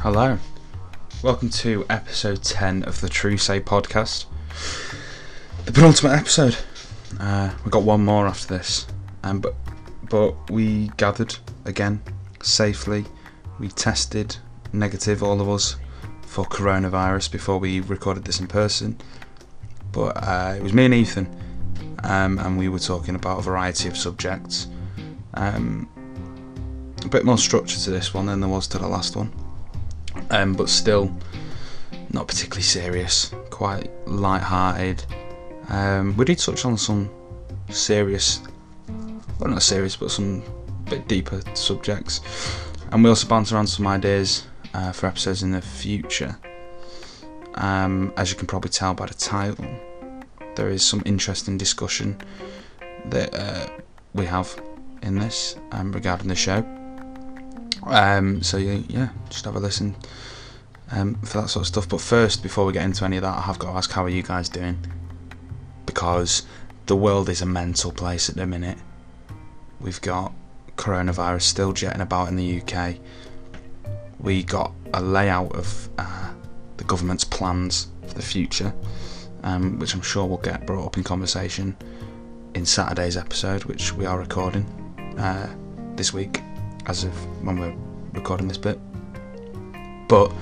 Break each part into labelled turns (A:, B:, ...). A: Hello. Welcome to episode 10 of the True Say podcast. The penultimate episode. Uh, we got one more after this. Um, but, but we gathered again safely. We tested negative, all of us, for coronavirus before we recorded this in person. But uh, it was me and Ethan, um, and we were talking about a variety of subjects. Um, a bit more structure to this one than there was to the last one um, but still not particularly serious, quite light-hearted. Um, we did touch on some serious, well, not serious, but some bit deeper subjects, and we also bounced around some ideas uh, for episodes in the future. Um, as you can probably tell by the title, there is some interesting discussion that uh, we have in this um, regarding the show. Um, so yeah, yeah, just have a listen um, for that sort of stuff. But first, before we get into any of that, I have got to ask, how are you guys doing? Because the world is a mental place at the minute. We've got coronavirus still jetting about in the UK. We got a layout of uh, the government's plans for the future, um, which I'm sure will get brought up in conversation in Saturday's episode, which we are recording uh, this week as of when we're recording this bit. But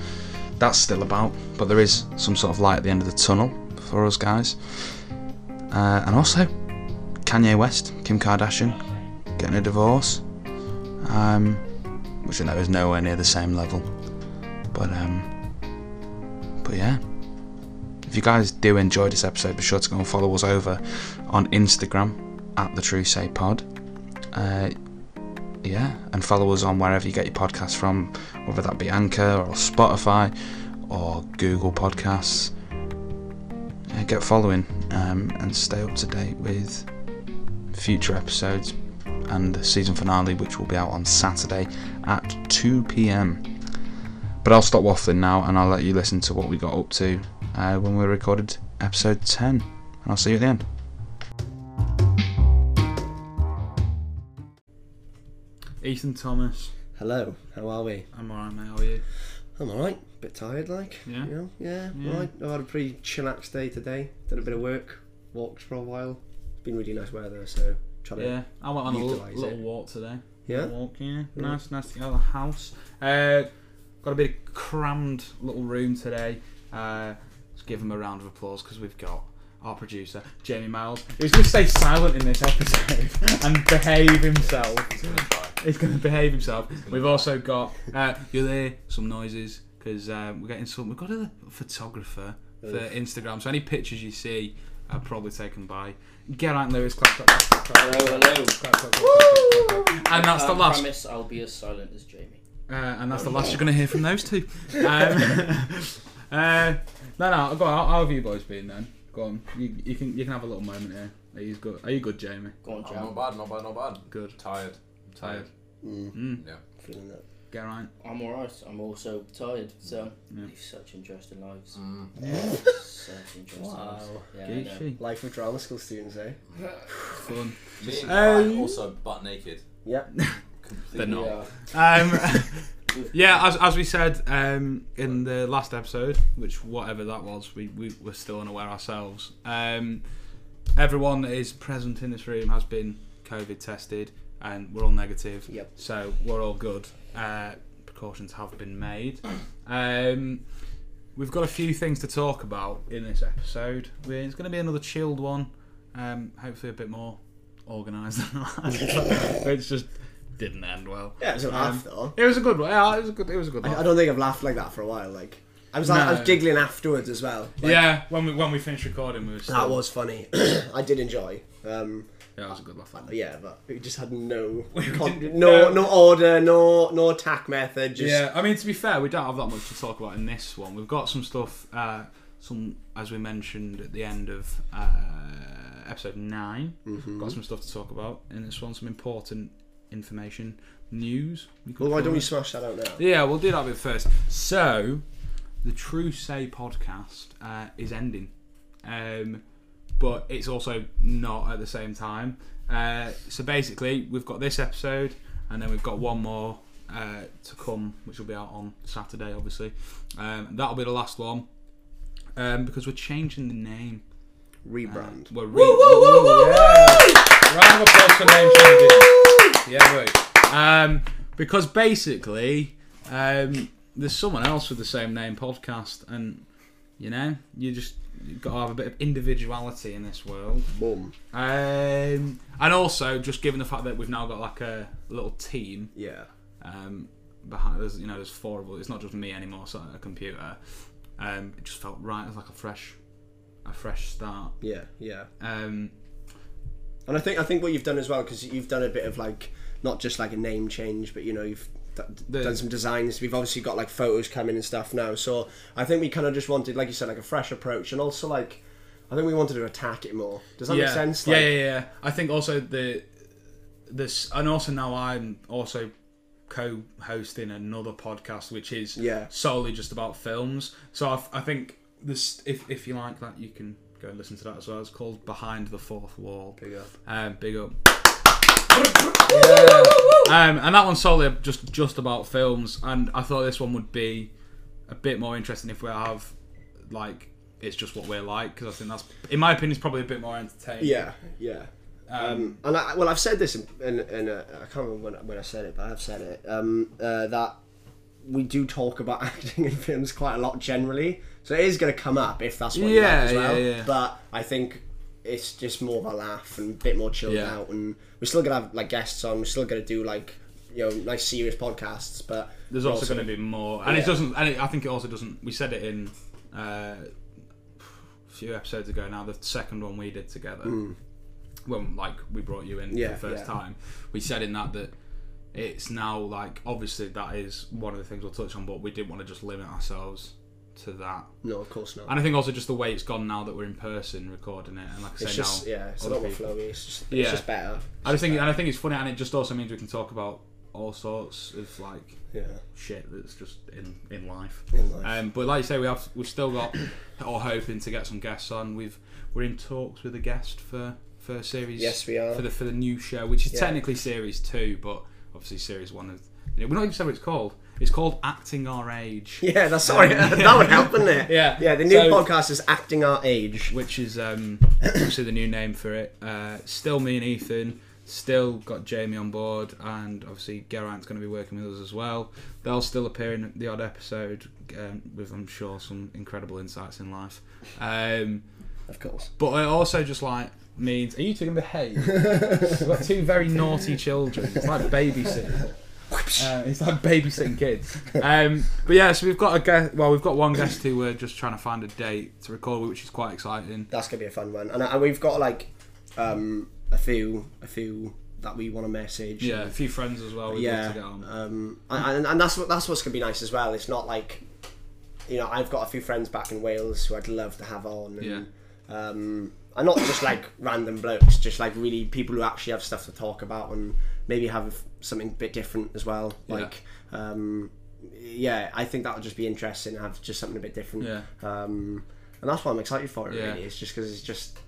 A: that's still about. But there is some sort of light at the end of the tunnel for us guys. Uh, and also, Kanye West, Kim Kardashian, getting a divorce, um, which I know is nowhere near the same level. But um, but yeah. If you guys do enjoy this episode, be sure to go and follow us over on Instagram at the True Say Pod. Uh, yeah, and follow us on wherever you get your podcasts from, whether that be Anchor or Spotify or Google Podcasts. Yeah, get following um, and stay up to date with future episodes and the season finale, which will be out on Saturday at 2 pm. But I'll stop waffling now and I'll let you listen to what we got up to uh, when we recorded episode 10. And I'll see you at the end. Ethan Thomas,
B: Hello, how are we?
A: I'm alright, mate. How are you?
B: I'm alright. Bit tired, like.
A: Yeah?
B: You know? Yeah,
A: Yeah.
B: alright. I've had a pretty chillax day today. Did a bit of work, walked for a while. It's been really nice weather, so trying to.
A: Yeah, I went on a l-
B: utilise
A: little
B: it.
A: walk today.
B: Yeah?
A: Walk, yeah.
B: Yeah.
A: Nice, nice to get out of the house. Uh, got a bit of crammed little room today. Uh, let's give him a round of applause because we've got our producer, Jamie Miles, who's going to stay silent in this episode and behave himself. He's going to behave himself. We've also got, uh, you'll hear some noises because um, we're getting some, we've got a photographer for
B: Oof.
A: Instagram, so any pictures you see are probably taken by Geraint Lewis. Clap, clap, clap, clap, clap,
C: Hello,
A: clap,
C: hello.
A: clap, clap, clap, clap, clap, clap. And
C: I
A: that's the
C: can't
A: last
C: promise I'll be as silent as Jamie.
A: uh, and that's the last you're going to hear from those two. Um, uh, no, no. Go on. How how have you boys been then? Go on. You, you can you can have a little moment here. Are you good? Are you good, Jamie?
C: Go on,
D: Oh, not
C: Jam.
D: bad, not bad, not bad.
A: Good.
D: Tired. Tired.
B: Mm,
C: Hmm.
A: Mm,
B: feeling that.
A: get right.
C: I'm alright. I'm also tired. So
A: Oh. Mm. Yeah.
C: We've such interesting lives.
D: Mm.
C: such interesting
B: Wow.
C: lives. Yeah, I know.
A: Geeky.
B: Life of drama school students, eh?
A: Fun.
D: Me and
A: Um,
D: Guy also butt naked.
B: Yep.
D: Completely.
A: They're not.
C: uh,
B: Yeah.
A: Um, yeah, as, as we said um, in the last episode, which whatever that was, we, we were still unaware ourselves. Um, everyone that is present in this room has been COVID tested, and we're all negative.
B: Yep.
A: So we're all good. Uh, precautions have been made. Um, we've got a few things to talk about in this episode. we it's going to be another chilled one. Um, hopefully, a bit more organised than the last. one, which just didn't end well.
B: Yeah, it was a
A: Um,
B: laugh though.
A: It was a good one. Yeah, it was a good. It was a good.
B: I,
A: laugh.
B: I don't think I've laughed like that for a while. Like, I was like, I
A: No.
B: was giggling afterwards as well. Like,
A: yeah, when we when we finished recording, we were still,
B: That was funny. I did enjoy. Um,
A: yeah, that was a good laugh.
B: yeah, but we just had no,
A: We
B: con-
A: didn't-
B: no,
A: no.
B: no order, no, no attack method. Just
A: yeah, I mean to be fair, we don't have that much to talk about in this one. We've got some stuff, uh, some as we mentioned at the end of uh, episode 9 we
B: Mm-hmm.
A: We've got some stuff to talk about in this one. Some important information, news. we could
B: Well, why
A: call
B: don't we
A: it.
B: smash that out now?
A: Yeah, we'll do that bit first. So, the True Say podcast uh, is ending, um, but it's also not at the same time. Uh, so basically, we've got this episode, and then we've got one more uh, uh, to come, which will be out on Saturday, obviously. Um, that'll be the last one um, because we're changing the name.
B: Rebrand.
A: We're re-
E: Yeah. Round of applause for name changes. Yeah, right.
A: Um, because basically, um, there's someone else with the same name podcast, and you know, you just got to have a bit of individuality in this world.
B: Boom.
A: Um, and also, just given the fact that we've now got like a little team
B: Yeah.
A: um, behind, there's you know, there's four of us. It's not just me anymore sat at a computer. Um, it just felt right. It was like a fresh, a fresh start.
B: Yeah. Yeah.
A: Um,
B: And I think I think what you've done as well because you've done a bit of like not just like a name change, but you know you've d-
A: The-
B: done some designs. We've obviously got like photos coming and stuff now. So I think we kind of just wanted, like you said, like a fresh approach, and also like I think we wanted to attack it more. Does that
A: yeah.
B: make sense?
A: yeah,
B: Like,
A: yeah, yeah. I think also the this, and also now I'm also co-hosting another podcast, which is
B: Yeah.
A: solely just about films. So I, I think this, if if you like that, you can go and listen to that as well. It's called Behind the Fourth Wall.
B: Big up.
A: Um, big up. Um, and that one's solely just just about films, and I thought this one would be a bit more interesting if we have like it's just what we're like because I think that's in my opinion it's probably a bit more entertaining.
B: Yeah, yeah. Um, and I, well, I've said this, in, in, in a, I can't remember when, when I said it, but I've said it um, uh, that we do talk about acting in films quite a lot generally. So it is going to come up if that's what you like
A: Yeah,
B: as well.
A: yeah, yeah.
B: But I think it's just more of a laugh and a bit more chilled
A: Yeah.
B: out, and we're still going to have like guests on. We're still going to do like you know nice serious podcasts, but
A: There's also, going to be more, and it
B: Yeah.
A: doesn't. And it, I think it also doesn't. We said it in uh, a few episodes ago. Now the second one we did together, when like we brought you in
B: Hmm. Yeah,
A: for the first
B: yeah.
A: time, we said in that that it's now like obviously that is one of the things we'll touch on, but we didn't want to just limit ourselves to that.
B: no, of course not.
A: And I think also just the way it's gone now that we're in person recording it, and like I say
B: It's just
A: now,
B: yeah, it's a
A: other
B: lot more
A: people-
B: flowy. It's just,
A: Yeah.
B: it's just better.
A: I just think, and I think it's funny, and it just also means we can talk about all sorts of like
B: Yeah,
A: shit that's just in in life.
B: In life.
A: Um, but like you say, we have we've still got or hoping to get some guests on. We've we're in talks with a guest for for series.
B: Yes, we are.
A: for the for the new show, which is
B: Yeah.
A: technically series two, but obviously series one is. You know, we're not even sure what it's called. It's called Acting Our Age,
B: yeah. That's sorry, that would help, wouldn't it?
A: Um, Yeah.
B: yeah. The new
A: So-
B: podcast is acting our age.
A: which is um, obviously the new name for it. Uh, still me and Ethan. Still got Jamie on board, and obviously Geraint's going to be working with us as well. They'll still appear in the odd episode um, with, I'm sure, some incredible insights in life. Um,
B: Of course.
A: but it also just like means, are you two going to behave? We've got two very naughty children. It's like babysitting. Uh, it's like babysitting kids. Um, but yeah, so we've got a guest. Well, we've got one guest who we're just trying to find a date to record, with, which is quite exciting.
B: That's gonna be a fun one, and, and we've got like um, a few, a few that we want to message.
A: Yeah, a few friends as well. We'd love
B: yeah.
A: to get on.
B: Um, and, and- and that's what that's what's gonna be nice as well. It's not like, you know, I've got a few friends back in Wales who I'd love to have on. And,
A: Yeah.
B: Um, and not just like random blokes, just like really people who actually have stuff to talk about and maybe have something a bit different as well.
A: Yeah.
B: Like, um, yeah, I think that would just be interesting. Have just something a bit different.
A: Yeah.
B: Um, and that's why I'm excited for it.
A: Yeah.
B: Really, it's just because it's just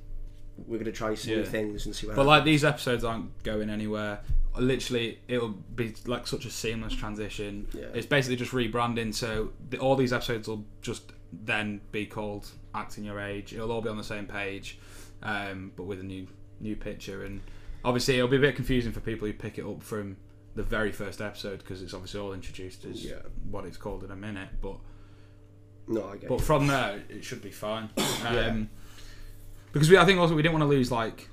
B: we're gonna try some new
A: Yeah.
B: things and see where.
A: But like these episodes aren't going anywhere. Literally, it'll be like such a seamless transition.
B: Yeah.
A: It's basically just rebranding. So the, all these episodes will just then be called "Acting Your Age." It'll all be on the same page, um, but with a new new picture. And obviously, it'll be a bit confusing for people who pick it up from the very first episode because it's obviously all introduced as
B: Yeah.
A: what it's called in a minute. But
B: no, I get.
A: but
B: it.
A: from there, it should be fine. Um, Because we, I think also we didn't want to lose like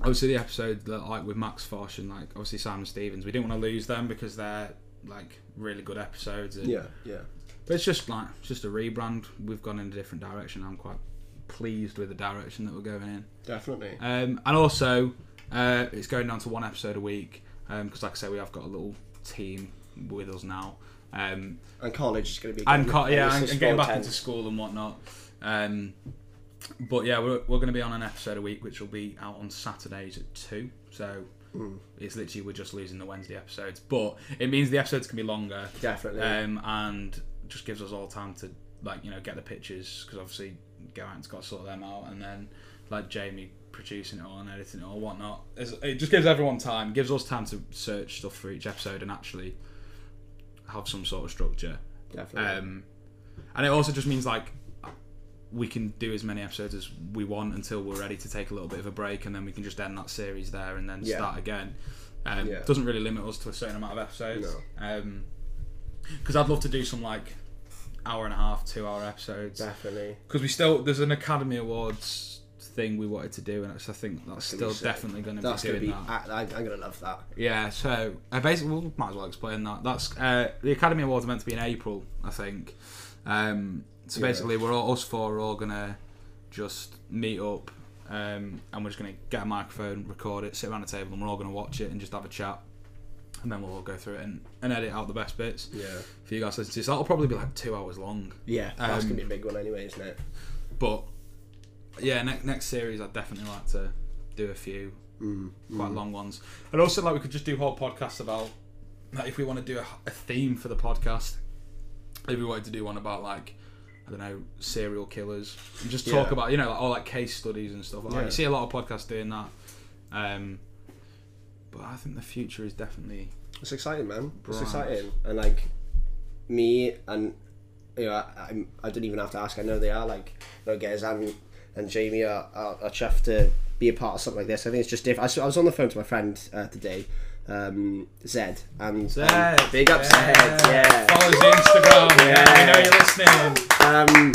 A: obviously the episode that like with Max Fosh and like obviously Simon Stevens. We didn't want to lose them because they're like really good episodes. And,
B: Yeah, yeah.
A: But it's just like it's just a rebrand. We've gone in a different direction. I'm quite pleased with the direction that we're going in.
B: Definitely.
A: Um, and also, uh, it's going down to one episode a week because, like I say, we have got a little team with us now. Um,
B: And college is going to be.
A: and
B: good.
A: co- yeah,
B: it's
A: and,
B: just
A: and getting
B: more
A: back into
B: intense.
A: school and whatnot. Um, but yeah, we're, we're going to be on an episode a week, which will be out on Saturdays at two. So
B: Hmm.
A: it's literally we're just losing the Wednesday episodes, but it means the episodes can be longer,
B: Definitely.
A: um, and just gives us all time to like you know get the pictures because obviously Garant's got to sort them out, and then like Jamie producing it all and editing it all and whatnot. It's- It just gives everyone time, gives us time to search stuff for each episode and actually have some sort of structure.
B: Definitely.
A: Um, and it also just means like we can do as many episodes as we want until we're ready to take a little bit of a break, and then we can just end that series there and then
B: Yeah.
A: start again. Um,
B: Yeah.
A: Doesn't really limit us to a certain amount of episodes.
B: No.
A: Because I'd love to do some like hour and a half, two hour episodes.
B: Definitely.
A: Because we still there's an Academy Awards thing we wanted to do, and it's, I think that's still
B: sick.
A: definitely going to be
B: That's gonna
A: doing
B: be.
A: that.
B: I, I, I'm gonna love that.
A: Yeah, so uh, basically, we might as well explain that. That's uh, the Academy Awards are meant to be in April, I think. Um, so
B: Yeah.
A: basically, we're all us four are all gonna just meet up, um, and we're just gonna get a microphone, record it, sit around a table, and we're all gonna watch it and just have a chat, and then we'll all go through it and, and edit out the best bits
B: Yeah.
A: for you guys to listen to. So that'll probably be like two hours long,
B: Yeah. That's
A: Um,
B: gonna be a big one anyway, isn't it?
A: but yeah, next next series I'd definitely like to do a few
B: Mm,
A: quite long ones, and also like we could just do whole podcasts about like if we want to do a, a theme for the podcast. If we wanted to do one about like I don't know serial killers, and just talk
B: Yeah.
A: about you know like, all like case studies and stuff. Like, that.
B: Yeah.
A: You see a lot of podcasts doing that, um, but I think the future is definitely
B: It's exciting, man.
A: Bright.
B: It's exciting, and like me and you know, I, I'm, I didn't even have to ask. I know they are like you know, guys and and Jamie are, are, are chuffed to be a part of something like this. I think it's just different. I, s- I was on the phone to my friend uh, today, um, Zed, and
A: Zed,
B: um, big up Zed, yeah.
A: Follow us on Instagram. Yeah, we know
B: Yeah.
A: you're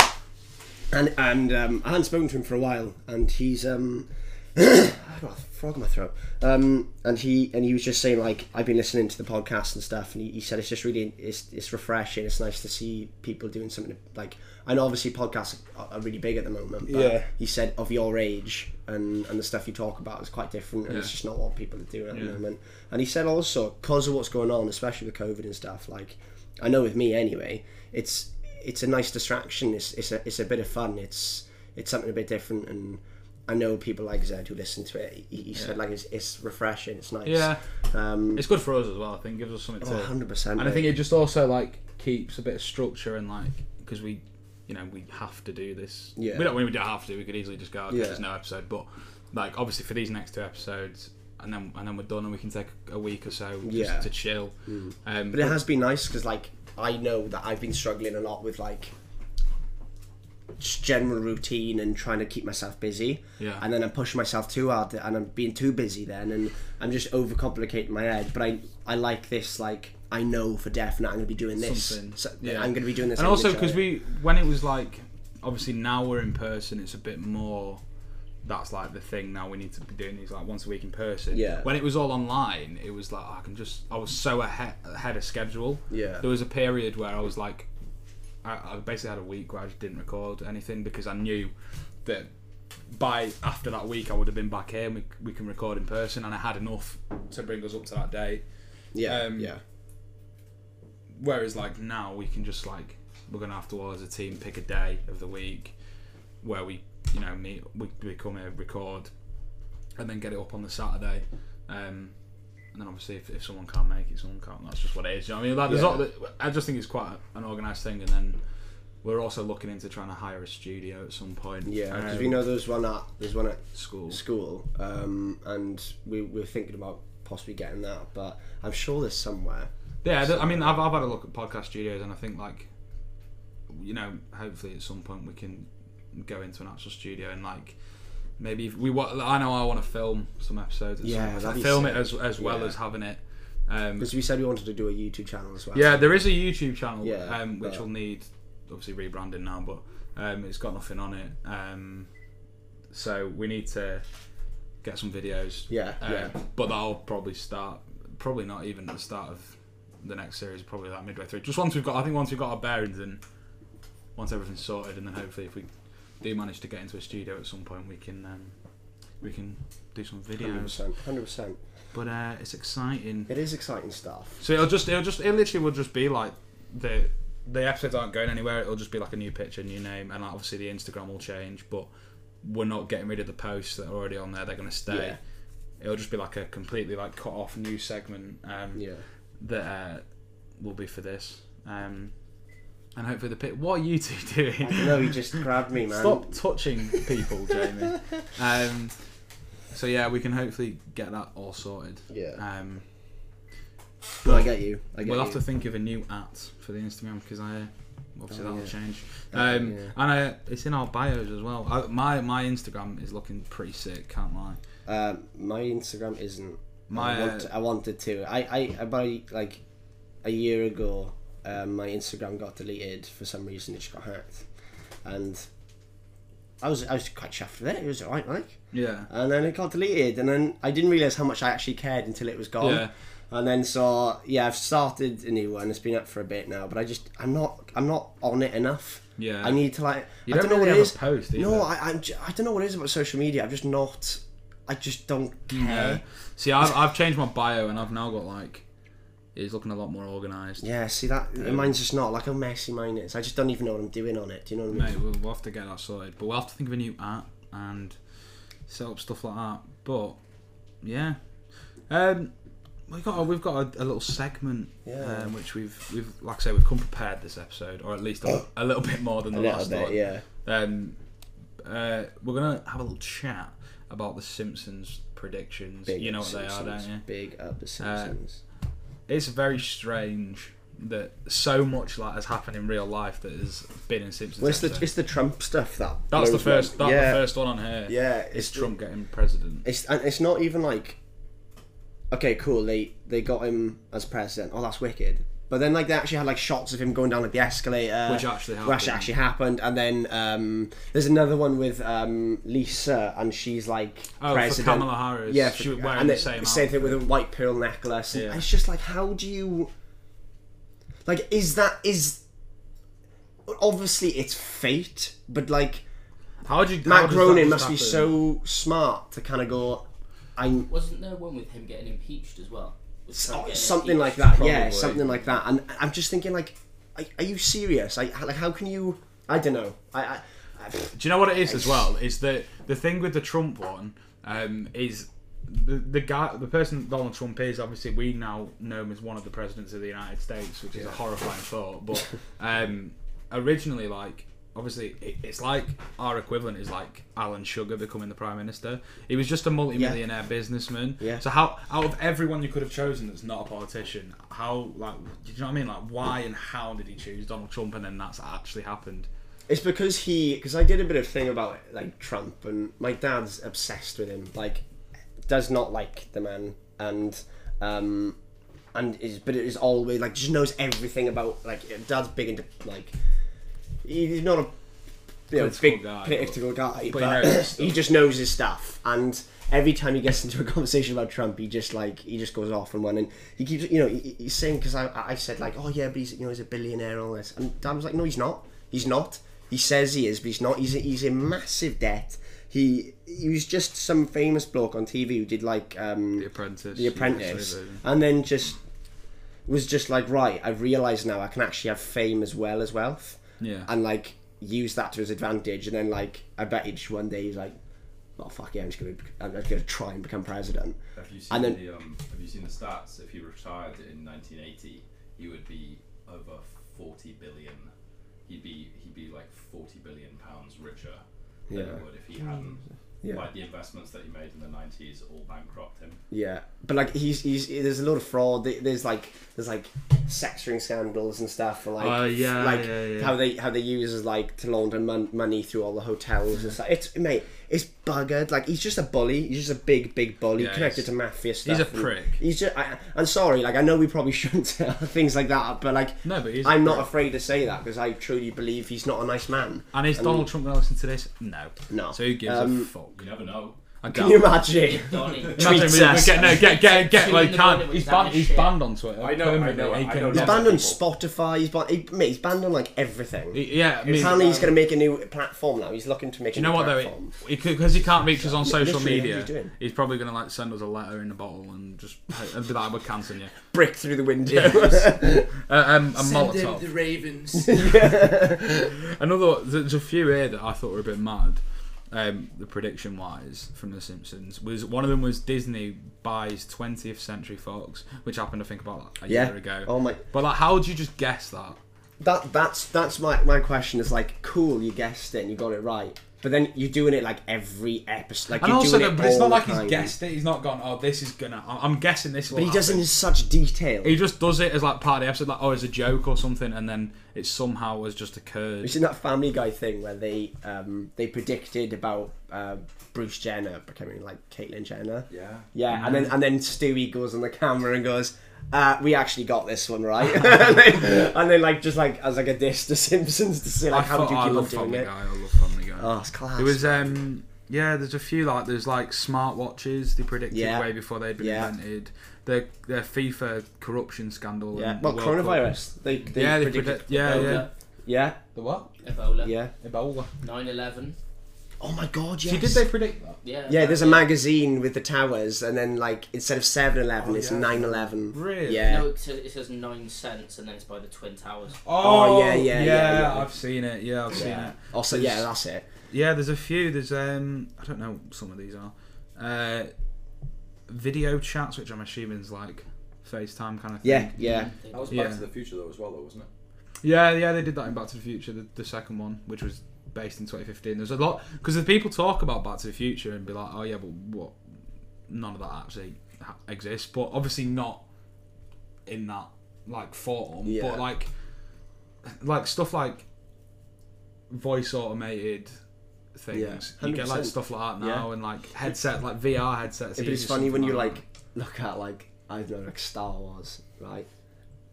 A: listening.
B: Um, and and um, I hadn't spoken to him for a while, and he's um, I've got a frog in my throat. Um, and he and he was just saying like I've been listening to the podcast and stuff, and he, he said it's just really it's it's refreshing. It's nice to see people doing something like I know obviously podcasts are, are really big at the moment. But
A: Yeah.
B: He said of your age and and the stuff you talk about is quite different, and it's just not what people are doing at the moment. And he said also because of what's going on, especially with COVID and stuff, like I know with me anyway, it's it's a nice distraction. It's it's a it's a bit of fun. It's it's something a bit different and. I know people like Zed who listen to it. He, he said like it's, it's refreshing. It's nice.
A: Yeah,
B: Um.
A: it's good for us as well. I think gives us something to.
B: Hundred percent.
A: and I think it just also like keeps a bit of structure and like because we, you know, we have to do this.
B: Yeah.
A: We don't. We don't have to. We could easily just go. Okay,
B: Yeah.
A: There's no episode, but like obviously for these next two episodes, and then and then we're done, and we can take a week or so just
B: Yeah.
A: to chill. Um,
B: but it has been nice because like I know that I've been struggling a lot with like just general routine and trying to keep myself busy.
A: Yeah.
B: And then I'm pushing myself too hard and I'm being too busy then and I'm just overcomplicating my head. But I I like this like I know for definite I'm gonna be doing this.
A: Something.
B: So-
A: Yeah.
B: I'm gonna be doing this.
A: and
B: I'm gonna
A: also
B: try
A: because
B: it.
A: we when it was like obviously now we're in person it's a bit more that's like the thing now we need to be doing these like once a week in person
B: Yeah.
A: when it was all online it was like i can just i was so ahead, ahead of schedule
B: Yeah.
A: there was a period where i was like I, I basically had a week where i just didn't record anything because i knew that by after that week i would have been back here and we, we can record in person and i had enough to bring us up to that date
B: Yeah.
A: um,
B: yeah.
A: Whereas like now we can just like we're gonna have to all as a team pick a day of the week where we you know meet we, we come here record and then get it up on the Saturday. Um, and then obviously if, if someone can't make it, someone can't. That's just what it is. You know what I mean, like there's
B: Yeah.
A: all the, I just think it's quite an organised thing. And then we're also looking into trying to hire a studio at some point.
B: Yeah, because
A: um,
B: we know there's one at there's one at
A: School.
B: School, um, and we we're thinking about possibly getting that, but I'm sure there's somewhere.
A: Yeah, th- I mean, I've, I've had a look at podcast studios, and I think like, you know, hopefully at some point we can go into an actual studio and like maybe if we want. I know I want to film some episodes. at some
B: Yeah,
A: point.
B: that'd be
A: film
B: sick.
A: it as as well
B: Yeah.
A: as having it. Um,
B: Because we said we wanted to do a YouTube channel as well.
A: yeah, there is a YouTube channel,
B: Yeah,
A: um, which
B: but-
A: will need obviously rebranding now, but um, it's got nothing on it. Um, so we need to get some videos.
B: Yeah,
A: Um,
B: yeah.
A: But that'll probably start, probably not even at the start of the next series, probably like midway through. Just once we've got, I think once we've got our bearings and once everything's sorted, and then hopefully if we do manage to get into a studio at some point, we can um, we can do some
B: Hundred
A: videos.
B: percent, hundred percent.
A: But uh, it's exciting.
B: It is exciting stuff.
A: So it'll just it'll just it literally will just be like the the episodes aren't going anywhere. It'll just be like a new picture, new name, and like obviously the Instagram will change, but we're not getting rid of the posts that are already on there. They're going to stay.
B: Yeah.
A: It'll just be like a completely like cut off new segment um,
B: Yeah,
A: that uh, will be for this. Um, and hopefully the pit. What are you two doing?
B: no, he just grabbed me, man.
A: Stop touching people, Jamie. um, so yeah, we can hopefully get that all sorted.
B: Yeah.
A: Um,
B: No, I get you. I get
A: We'll
B: you.
A: have to think of a new at for the Instagram because I obviously
B: Oh,
A: that'll
B: yeah.
A: change.
B: Oh,
A: Um,
B: yeah.
A: And I, it's in our bios as well. I, my my Instagram is looking pretty sick. Can't lie.
B: Uh, my Instagram isn't.
A: My,
B: I,
A: uh,
B: want I wanted to. I, I about like a year ago, um, my Instagram got deleted for some reason. It just got hacked, and I was I was quite chuffed with it. It was alright, like.
A: Yeah.
B: And then it got deleted, and then I didn't realize how much I actually cared until it was gone.
A: Yeah.
B: And then so yeah, I've started a new one. It's been up for a bit now, but I just I'm not I'm not on it enough.
A: Yeah.
B: I need to like
A: You
B: I
A: don't
B: don't know what
A: really
B: it
A: have
B: is.
A: a post either.
B: no, I I'm, j- I don't know what it is about social media. I'm just not. I just don't
A: Yeah.
B: care.
A: Uh, See, I've, I've changed my bio and I've now got like, it's looking a lot more organised.
B: Yeah, see that mine's just not like how messy mine is. I just don't even know what I'm doing on it. Do you know what I mean?
A: Mate, we'll, we'll have to get that sorted, but we'll have to think of a new app and set up stuff like that. But yeah, um, we got a, we've got a, a little segment,
B: Yeah.
A: um, which we've we've like I say we've come prepared this episode, or at least a, a little bit more than the
B: A little
A: last
B: bit,
A: one.
B: yeah.
A: Um, uh, we're gonna have a little chat about the Simpsons predictions. you know
B: up
A: what
B: the
A: they are,
B: Simpsons.
A: don't you? Uh,
B: Big up the Simpsons.
A: it's very strange that so much like has happened in real life that has been in Simpsons.
B: well, it's the
A: episodes.
B: it's the Trump stuff that.
A: that's the
B: blows my-
A: first. That's
B: yeah,
A: the first one on here.
B: Yeah,
A: it's
B: it's
A: Trump getting president.
B: It's and it's not even like. Okay, cool. They they got him as president. Oh, that's wicked. But then like they actually had like shots of him going down like the escalator,
A: Which actually
B: Which
A: happened.
B: actually happened. And then um, there's another one with um, Lisa, and she's like
A: Oh, for
B: president.
A: Kamala Harris.
B: Yeah,
A: She was
B: for-
A: wearing
B: and
A: the
B: it-
A: same
B: Same thing with a white pearl necklace. And
A: Yeah.
B: It's just like, how do you? Like, is that is? Obviously, it's fate, but like
A: How would you? how
B: Matt
A: does that
B: Groening
A: just
B: must be
A: happen?
B: so smart to kind of go. I'm
C: Wasn't there one with him getting impeached as well? Was Trump
B: Oh,
C: getting
B: something like
C: impeached?
B: that. Yeah,
A: probably.
B: something like that. And I'm just thinking, like, are, are you serious? Like, how- like, how can you? I don't know. I, I, I
A: Do you know what it is as well? Is that the thing with the Trump one um, is the, the guy, the person Donald Trump is. Obviously, we now know him as one of the presidents of the United States, which is a horrifying thought. But um, originally, like. Obviously, it- it's like our equivalent is like Alan Sugar becoming the prime minister. He was just a multi-millionaire businessman.
B: Yeah.
A: So how out of everyone you could have chosen that's not a politician, how like do you know what I mean? Like why and how did he choose Donald Trump? And then that's actually happened.
B: it's because he, because I did a bit of thing about like Trump, and my dad's obsessed with him. Like, does not like the man, and um, and is but it is always like just knows everything about like dad's big into like he's not a you know,
A: Political
B: big
A: guy, but-
B: political guy,
A: but
B: but,
A: he knows his
B: he
A: stuff.
B: just knows his stuff. And every time he gets into a conversation about Trump, he just like he just goes off and one, and he keeps you know he, he's saying because I I said like oh yeah, but he's you know he's a billionaire and all this, and Dan was like no he's not, he's not. He says he is, but he's not. He's he's in massive debt. He he was just some famous bloke on TV who did like um,
A: The Apprentice.
B: the Apprentice, and then just was just like, right, I've realised now I can actually have fame as well as wealth,
A: Yeah.
B: and like use that to his advantage. And then like, I bet each one day he's like, well, fuck yeah, I'm just gonna, I'm just gonna try and become president.
F: Have you seen
B: And then-
F: the um, Have you seen the stats? If he retired in 1980, he would be over 40 billion. He'd be he'd be like 40 billion pounds richer than
B: Yeah.
F: he would if he hadn't.
B: Yeah.
F: Like the investments that he made in the 90s all bankrupt him.
B: Yeah, but like he's he's there's a lot of fraud. There- There's like there's like sex ring scandals and stuff. and, Like
A: Oh, yeah,
B: like
A: yeah, yeah.
B: how they how they use is like to launder mon- money through all the hotels and stuff. It's mate, it's buggered. Like he's just a bully. He's just a big big bully
A: Yeah,
B: connected
A: he's-
B: to mafia stuff.
A: he's a
B: and
A: prick.
B: He's just. I, I'm sorry. Like I know we probably shouldn't tell things like that, but like
A: No, but he's a
B: I'm not
A: prick.
B: afraid to say that because I truly believe he's not a nice man.
A: And is Donald Trump going to listen to this? No.
B: No.
A: So who gives
B: Um,
A: a fuck?
F: You never know.
A: I
B: Can you imagine?
C: Donnie.
A: Imagine
B: tweets
A: we- we
B: us.
A: Get, no, get, get, get,
C: Two
A: like,
C: in the
A: can't.
C: morning
A: He's
C: with that
A: banned, he's
C: shit.
A: banned on Twitter.
F: I know, I
A: permanently.
F: know,
A: He
F: I
A: can-
F: know
B: He's
F: lots of
B: banned on
F: people.
B: Spotify. He's banned. He, mate, he's banned on like everything.
A: Yeah, I mean,
B: Apparently, he's going to make a new platform now. He's looking to make
A: you
B: a
A: know
B: new
A: what though?
B: platform.
A: Because he can't reach us on social
B: literally,
A: media,
B: what are you doing?
A: he's probably going to like send us a letter in a bottle and just and be like, "We're cancelling you."
B: Brick through the window.
A: Uh, um, a
C: Send him
A: Molotov.
C: the Ravens.
A: Another there's a few here that I thought were a bit mad. Um, the prediction wise from The Simpsons was one of them was Disney buys 20th Century Fox, which happened I think about like, a
B: Yeah.
A: year ago.
B: Oh my-
A: But like, how would you just guess that?
B: that that's that's my my question. Is like, cool, you guessed it, and you got it right. But then you're doing it like every episode. Like
A: And
B: you're
A: also,
B: doing
A: no,
B: it
A: but it's
B: all
A: not like
B: the time.
A: he's guessed it. He's not gone. Oh, this is gonna. I- I'm guessing this will.
B: But he does it
A: happen."
B: in such detail.
A: He just does it as like part of the episode, like oh, as a joke or something, and then it somehow has just occurred.
B: We've seen that Family Guy thing where they um, they predicted about uh, Bruce Jenner becoming like Caitlyn Jenner.
D: Yeah.
B: Yeah, and then and then Stewie goes on the camera and goes, uh, "We actually got this one right," and, then, and then like just like as like a diss to Simpsons to say like,
A: I,
B: "How
A: thought,
B: do you
A: I
B: keep on
A: love
B: doing
A: Family
B: it?"
A: Guy. I love Family Guy.
B: Oh, it's class.
A: It was um yeah, there's a few like there's like smartwatches they predicted
B: Yeah.
A: way before they'd been
B: Yeah.
A: invented. Their their FIFA corruption scandal.
B: yeah,
A: and
B: well,
A: the World Cup.
B: coronavirus. They, they
A: yeah, they
B: predicted.
A: predict, yeah, yeah.
C: Ebola.
B: yeah,
A: The what?
C: Ebola.
B: yeah.
A: Ebola.
C: 9-11.
B: Oh my god, yes.
A: See, did they predict that?
C: Yeah.
B: Yeah, there's a magazine with the towers, and then like instead of 7-Eleven, it's 9-Eleven.
A: Really?
B: Yeah.
C: No, it says, it says nine cents, and then it's by the Twin Towers.
B: Oh, yeah, yeah, yeah, yeah.
A: I've seen it. Yeah, I've seen it.
B: Also, yeah, that's it.
A: Yeah, there's a few. There's um, I don't know what some of these are. Uh, video chats, which I'm assuming is like FaceTime kind of thing.
B: Yeah, yeah.
D: That was Back
A: Yeah.
D: to the Future though as well though, wasn't it?
A: Yeah, yeah, they did that in Back to the Future, the, the second one, which was based in 2015. There's a lot because the people talk about Back to the Future and be like, oh yeah, but what? None of that actually ha- exists, but obviously not in that like form.
B: Yeah.
A: But like, like stuff like voice automated things.
B: Yeah,
A: you get like
B: 100%.
A: stuff like that
B: Yeah.
A: now, and like headset, like VR headsets.
B: But
A: you
B: it's
A: use
B: funny when you
A: something
B: like
A: that.
B: look at like I don't know, like Star Wars, right?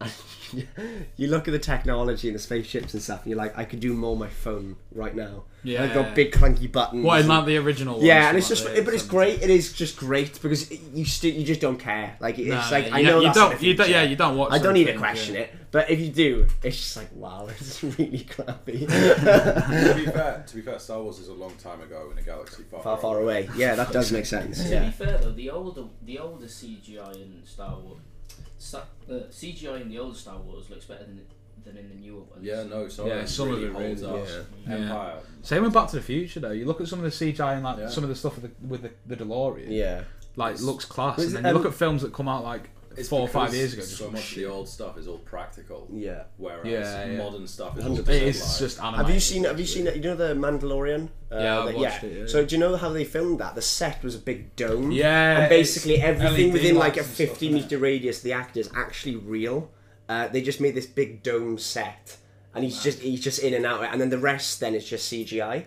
B: you look at the technology and the spaceships and stuff, and you're like, I could do more on my phone right now.
A: Yeah.
B: I've got big clunky buttons.
A: What in
B: and-
A: like the original? ones
B: yeah, and
A: from,
B: it's
A: like,
B: just,
A: the
B: but it's
A: 70s?
B: great. It is just great because it- you st- you just don't care. Like it's
A: No,
B: like
A: yeah,
B: I know
A: you
B: that's
A: don't,
B: in the
A: you don't.
B: future.
A: Yeah, you don't watch.
B: I don't
A: those
B: need to
A: things,
B: question
A: yeah.
B: it, but if you do, it's just like wow, it's really crappy,
D: to be fair, to be fair, Star Wars is a long time ago in a galaxy far,
B: far far away. Yeah, that does make sense.
C: To
B: Yeah,
C: be fair though, the older the older CGI in Star Wars, sa- uh, CGI in the older Star Wars looks better than than in the newer ones.
D: Yeah, no, sorry.
A: Yeah, some of
D: really
A: it
D: holds
A: really
D: up.
B: is.
A: Yeah.
D: Empire.
A: Same with Back to the Future though. You look at some of the CGI and like
D: Yeah.
A: some of the stuff with the, with the, the DeLorean.
B: yeah.
A: Like looks class.
B: Was
A: And then
B: it,
A: you look
B: um,
A: at films that come out like
D: It's
A: four or five
D: because
A: years ago. Just
D: So much of the old stuff is all practical.
B: Yeah.
D: Whereas
A: Yeah, yeah.
D: modern stuff is all
A: it
B: 100%.
D: live.
A: is just animated.
B: Have you seen? Have you seen? You know the Mandalorian. Uh,
A: Yeah, I
B: that-
A: watched it, yeah.
B: So do you know how they filmed that? The set was a big dome.
A: Yeah,
B: And basically
A: it's
B: everything
A: LED
B: within like a
A: lights and stuff,
B: fifty
A: isn't it?
B: meter radius, the actor's actually real. Uh, they just made this big dome set, and he's just he's just in and out, and then the rest then it's just CGI.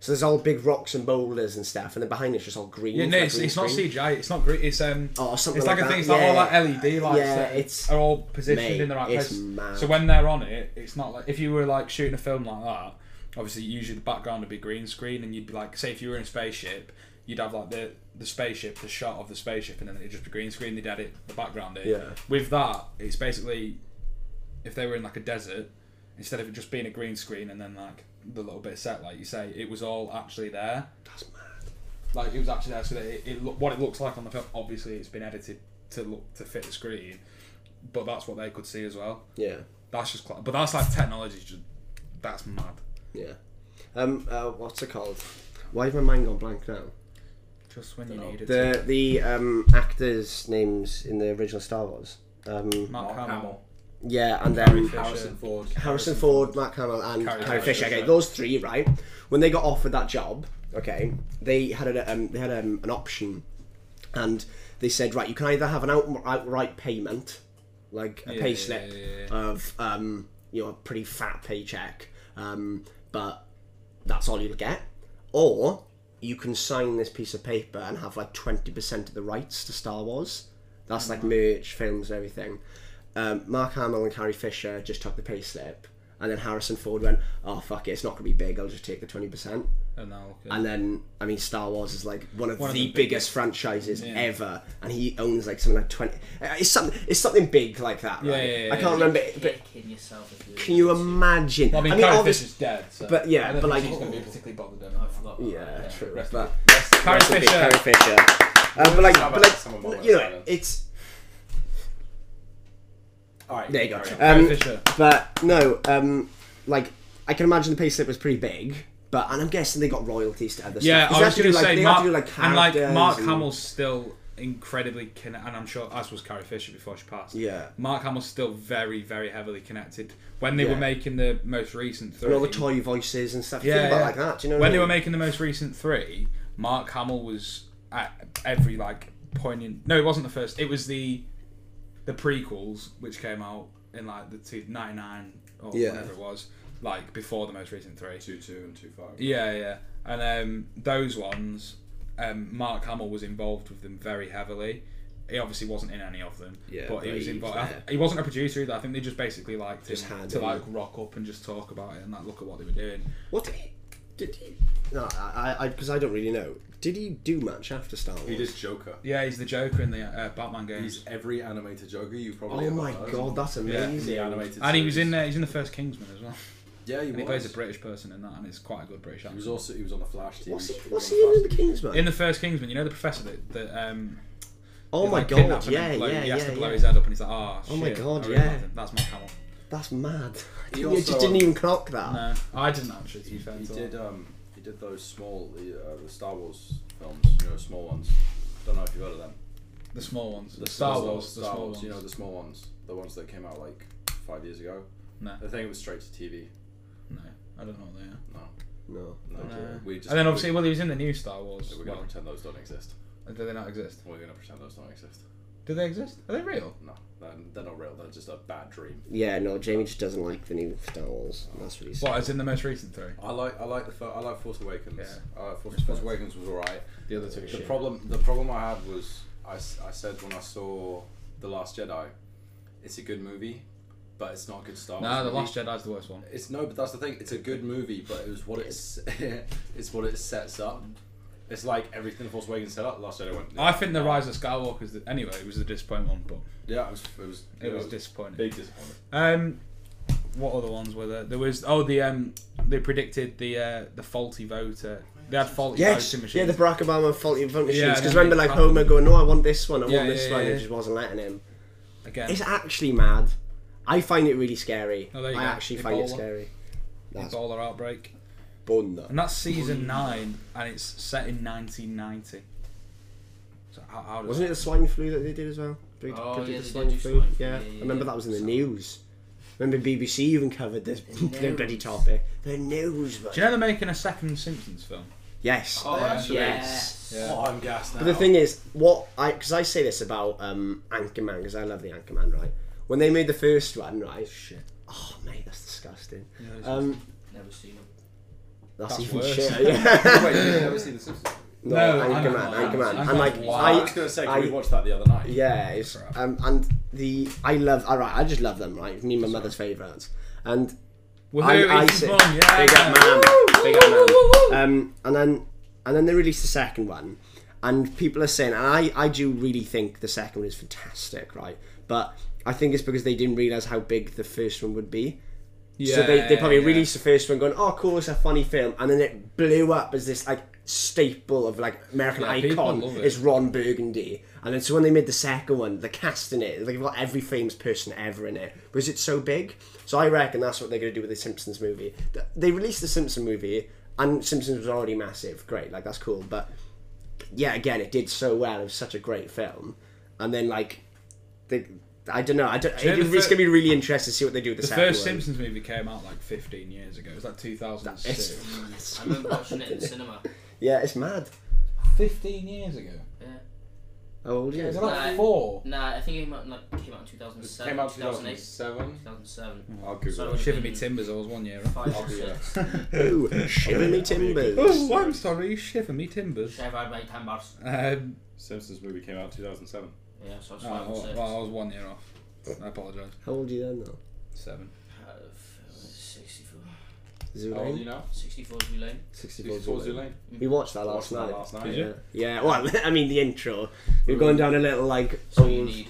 B: So there's all big rocks and boulders and stuff, and then behind it's just all green.
A: Yeah, no,
B: like
A: it's,
B: green
A: it's not
B: screen.
A: CGI. It's not great. It's um.
B: Oh, something
A: it's like, a
B: like that,
A: thing. It's like all
B: yeah.
A: like LED lights
B: Yeah,
A: that
B: it's-
A: are all positioned
B: mate,
A: in the right
B: it's
A: place.
B: mad.
A: So when they're on it, it's not like if you were like shooting a film like that. Obviously, usually the background would be green screen, and you'd be like, say, if you were in a spaceship, you'd have like the the spaceship, the shot of the spaceship, and then it'd just be green screen. They'd edit the background in.
B: Yeah.
A: With that, it's basically if they were in like a desert, instead of it just being a green screen and then like the little bit of set, like you say, it was all actually there.
B: That's mad.
A: Like it was actually there, so that it, it lo- what it looks like on the film. Obviously, it's been edited to look to fit the screen, but that's what they could see as well.
B: Yeah.
A: That's just, cla but that's like technology. Just that's mad.
B: Yeah. Um. Uh, what's it called? Why has my mind gone blank now?
A: Just when you need it.
B: The the um, actors' names in the original Star Wars. Um,
A: Mark
D: Mark
A: Hamill.
D: Hamill.
B: yeah, and
A: Carrie
B: then
A: Fisher.
D: Harrison Ford.
B: Harrison Ford, Mark Hamill, and
A: Carrie
B: Carrie,
A: Fisher,
B: Fisher. Okay,
A: yeah.
B: those three, right? When they got offered that job, okay, they had a, um, they had um, an option, and they said, right, you can either have an out, outright payment, like a
A: Yeah,
B: pay
A: yeah,
B: slip
A: yeah,
B: of um, you know a pretty fat paycheck, um, but that's all you'll get, or you can sign this piece of paper and have like twenty percent of the rights to Star Wars. That's like
A: Mm-hmm.
B: merch, films, and everything. Um, Mark Hamill and Carrie Fisher just took the pay slip, and then Harrison Ford went, "Oh fuck it, it's not gonna be big. I'll just take the twenty percent."
A: And now, okay.
B: And then, I mean, Star Wars is like one of
A: One of
B: the,
A: the
B: biggest,
A: biggest.
B: franchises
A: Yeah.
B: ever, and he owns like something like twenty. uh, It's something. It's something big like that. Right?
A: Yeah, yeah, yeah,
B: I can't
A: yeah.
B: remember. it, But
C: Kicking yourself if you.
B: can you imagine?
A: Well, I mean, Carrie
B: obvious-
A: Fisher's dead. So
B: but yeah,
A: I don't
B: but
A: think
B: like- Um,
A: she's gonna be particularly bothered.
C: I
A: Anymore.
C: forgot. About
B: Yeah,
C: That.
B: true.
D: Rest in
B: But
A: Carrie
B: Rest in peace,
A: Fisher.
B: Carrie Fisher. Uh, but like,
D: How about
B: but like,
D: some of my
B: you know,
D: silence?
B: it's
D: All right.
B: there you go.
D: carry on.
A: Carrie
B: Um,
A: Fisher.
B: but no, um, like I can imagine the pay slip was pretty big, but and I'm guessing they got royalties to other
A: Yeah,
B: stuff. 'Cause
A: I
B: they
A: was
B: have to
A: going
B: do,
A: to
B: like,
A: say
B: they
A: Mark
B: have to do, like,
A: and like
B: characters
A: Mark
B: and-
A: Hamill's still incredibly connected, and I'm sure as was Carrie Fisher before she passed.
B: Yeah.
A: Mark Hamill's still very, very heavily connected. When they
B: Yeah.
A: were making the most recent three,
B: And all the toy voices and stuff.
A: yeah,
B: think about
A: yeah.
B: like that. Do you know
A: when
B: what
A: they
B: I
A: were
B: mean?
A: making the most recent three, Mark Hamill was at every like poignant. No, it wasn't the first. It was the the prequels which came out in like the two, 99 or
B: Yeah.
A: whatever it was, like before the most recent three.
D: Two two and two five.
A: Yeah, yeah. And um, those ones, um, Mark Hamill was involved with them very heavily. He obviously wasn't in any of them,
B: Yeah,
A: but he was
B: but he was
A: involved. I-
B: there.
A: He wasn't a producer either. I think they just basically liked
B: Just
A: him
B: had
A: to
B: him.
A: like rock up and just talk about it and like look at what they were doing.
B: What did he? Did he? No, I, I, because I don't really know. Did he do much after Star Wars?
D: He did Joker.
A: Yeah, he's the Joker in the uh, Batman games,
D: He's every animated Joker you probably.
B: Oh
D: ever
B: my
D: heard.
B: god, that's amazing.
D: The animated.
A: and he was
D: series.
A: in there. He's in the first Kingsman as well,
D: Yeah, he,
A: and
D: was.
A: he plays a British person in that, and it's quite a good British
D: He
A: accent.
D: was also he was on the Flash TV.
B: What's he?
D: was
B: What's
D: on
B: he in
D: Flash
B: the Kingsman?
A: in the first Kingsman, you know the professor that, that um,
B: oh
A: is,
B: my
A: like,
B: god,
A: kidnapping and
B: yeah,
A: blow-
B: yeah,
A: he has to blow
B: yeah,
A: his
B: yeah.
A: head up, and he's like, ah,
B: Oh my
A: shit,
B: God,
A: I really
B: yeah.
A: liked him. that's Mark Hamill.
B: That's mad.
D: He
B: You
D: also,
B: just didn't
D: um,
B: even clock that.
A: No, Uh, I didn't actually. To be
D: He,
A: fair,
D: he
A: until-
D: did um he did those small the, uh, the Star Wars films, you know, small ones. Don't know if you've heard of them.
A: The small ones. The Star
D: Small-
A: Wars. The
D: Star
A: small
D: Wars,
A: ones.
D: you know, the small ones, the ones that came out like five years ago.
A: No.
D: I think it was straight to TV.
A: No, I don't know what they are.
D: No,
B: No.
D: no.
A: No.
D: We just
A: and then obviously, well, he was in the new Star Wars.
D: we, are gonna
A: Well,
D: pretend those don't exist.
A: do they not exist?
D: We're gonna pretend those don't exist.
A: Do they exist? Are they real?
D: No, they're, they're not real. They're just a bad dream.
B: Yeah, no. Jamie just doesn't like the new Star Wars. That's what he said.
A: What? As in the most recent three?
D: I like I like the fir- I like Force Awakens.
A: Yeah.
D: I like Force, Force Awakens was alright.
A: The other two. are
D: The
A: shit.
D: problem, the problem I had was, I, s- I said when I saw the Last Jedi, it's a good movie, but it's not a good Star Wars.
A: No, the
D: movie.
A: Last Jedi's the worst one.
D: It's no, but that's the thing. It's a good movie, but it was what it's it's what it sets up. It's like everything the Force Awakens set up. Last Jedi went.
A: I think the Rise of Skywalker is the, anyway. It was a disappointing one, but
D: Yeah, it was. It was.
A: it was disappointing.
D: big disappointment.
A: Um, what other ones were there? There was oh the um they predicted the uh the faulty voter. They had faulty
B: Yes,
A: voting machines.
B: yeah, the Barack Obama faulty voting
A: Yeah,
B: machines.
A: and
B: Because
A: then
B: remember,
A: they
B: like
A: cut them.
B: Homer going, "No, I want this one. I
A: Yeah,
B: want this
A: yeah,
B: one,"
A: yeah.
B: and it just wasn't letting him.
A: Again,
B: It's actually mad. I find it really scary.
A: Oh, there you
B: I
A: go.
B: actually find it
A: Ebola.
B: scary. That's
A: Ebola outbreak,
B: bun.
A: and that's season nine, and it's set in 1990. So how, how does
B: Wasn't it the swine flu that they did as well? They
C: Oh,
B: predicted
C: yeah,
B: the
C: they
B: swine
C: did do
B: flu.
C: swine flu,
B: yeah.
C: yeah, yeah,
B: I remember
C: yeah.
B: that was in the news. Remember BBC even covered this the
C: news.
B: bloody topic. The news, man.
A: Do you know they're making a second Simpsons film?
B: yes.
D: Oh, actually.
C: Yes.
A: Yeah.
D: Oh, I'm gassed now.
B: But the thing is, what I because I say this about um, Anchorman because I love the Anchorman, right? When they made the first one, right?
A: Shit.
B: Oh mate, that's disgusting.
A: Yeah, it's-
B: Um,
C: Never seen him.
B: that's,
A: That's
B: even
A: worse.
B: shit. Yeah.
D: Wait, you've never seen the Simpsons?
B: no,
A: No,
B: Anchorman,
A: Anchorman.
B: Anchorman.
A: Anchorman's
B: And like,
D: I was
B: I,
D: gonna say,
B: I-
D: we watched that the other night.
B: Yeah, it's,
A: Crap.
B: um, and the I love. All right, I just love them. Right, me and my mother's favourites. And
A: Woohoo,
B: I, I
A: Ethan's
B: say-
A: mum, yeah.
B: big up man, big up man. Um, and then and then they released the second one, and people are saying, and I I do really think the second one is fantastic, right? But I think it's because they didn't realise how big the first one would be.
A: Yeah,
B: so they, they probably
A: yeah.
B: released the first one going, oh, cool, it's a funny film. And then it blew up as this, like, staple of, like, American
A: Yeah, people
B: icon
A: love it.
B: is Ron Burgundy. And then so when they made the second one, the cast in it, they've got every famous person ever in it. Because it's so big. So I reckon that's what they're going to do with the Simpsons movie. Th- They released the Simpsons movie, and Simpsons was already massive. Great, like, that's cool. But, yeah, again, it did so well. It was such a great film. And then, like, they... I don't know. I don't,
A: you know
B: it's
A: the fir-
B: going to be really interesting to see what they do with the,
A: The
B: second
A: first
B: one.
A: Simpsons movie came out like 15 years ago. It was like 2006.
B: It's- it's
C: I remember
B: mad,
C: watching it in
B: isn't
C: the cinema.
B: Yeah, it's mad.
A: 15 years ago.
C: Yeah.
B: How old are you?
A: Is it
B: Yeah,
A: like
C: Nah.
A: four?
C: Nah, I think it came out in, like, came out in 2007.
D: Came out
C: 2008.
D: 2007.
C: 2007.
D: I'll Google
C: So
D: it.
C: it would've
A: Shiver me
C: been
A: timbers. I was one year.
C: Five
D: I'll
C: or
D: do
C: six.
B: Ooh, shiver me timbers.
A: Oh, I'm sorry. Shiver me timbers.
C: Shave out my timbers.
A: Um,
D: Simpsons movie came out 2007.
C: Yeah, so I was
A: oh,
C: five or
A: well,
C: six.
A: well, I was one year off. I apologise.
B: How old are you then, though?
A: Seven.
C: Uh, 64.
B: Zoo
D: How old are Oh, you
B: Lane?
D: now?
C: 64 is Lane.
B: 64
D: 64
B: Zoo
D: Zoo
B: Lane.
D: Lane.
B: We watched that last
D: Watched that
B: night.
D: last night. Mm.
B: Yeah. yeah, well, I mean, the intro. We're going down a little, like,
C: So you
B: old.
C: need.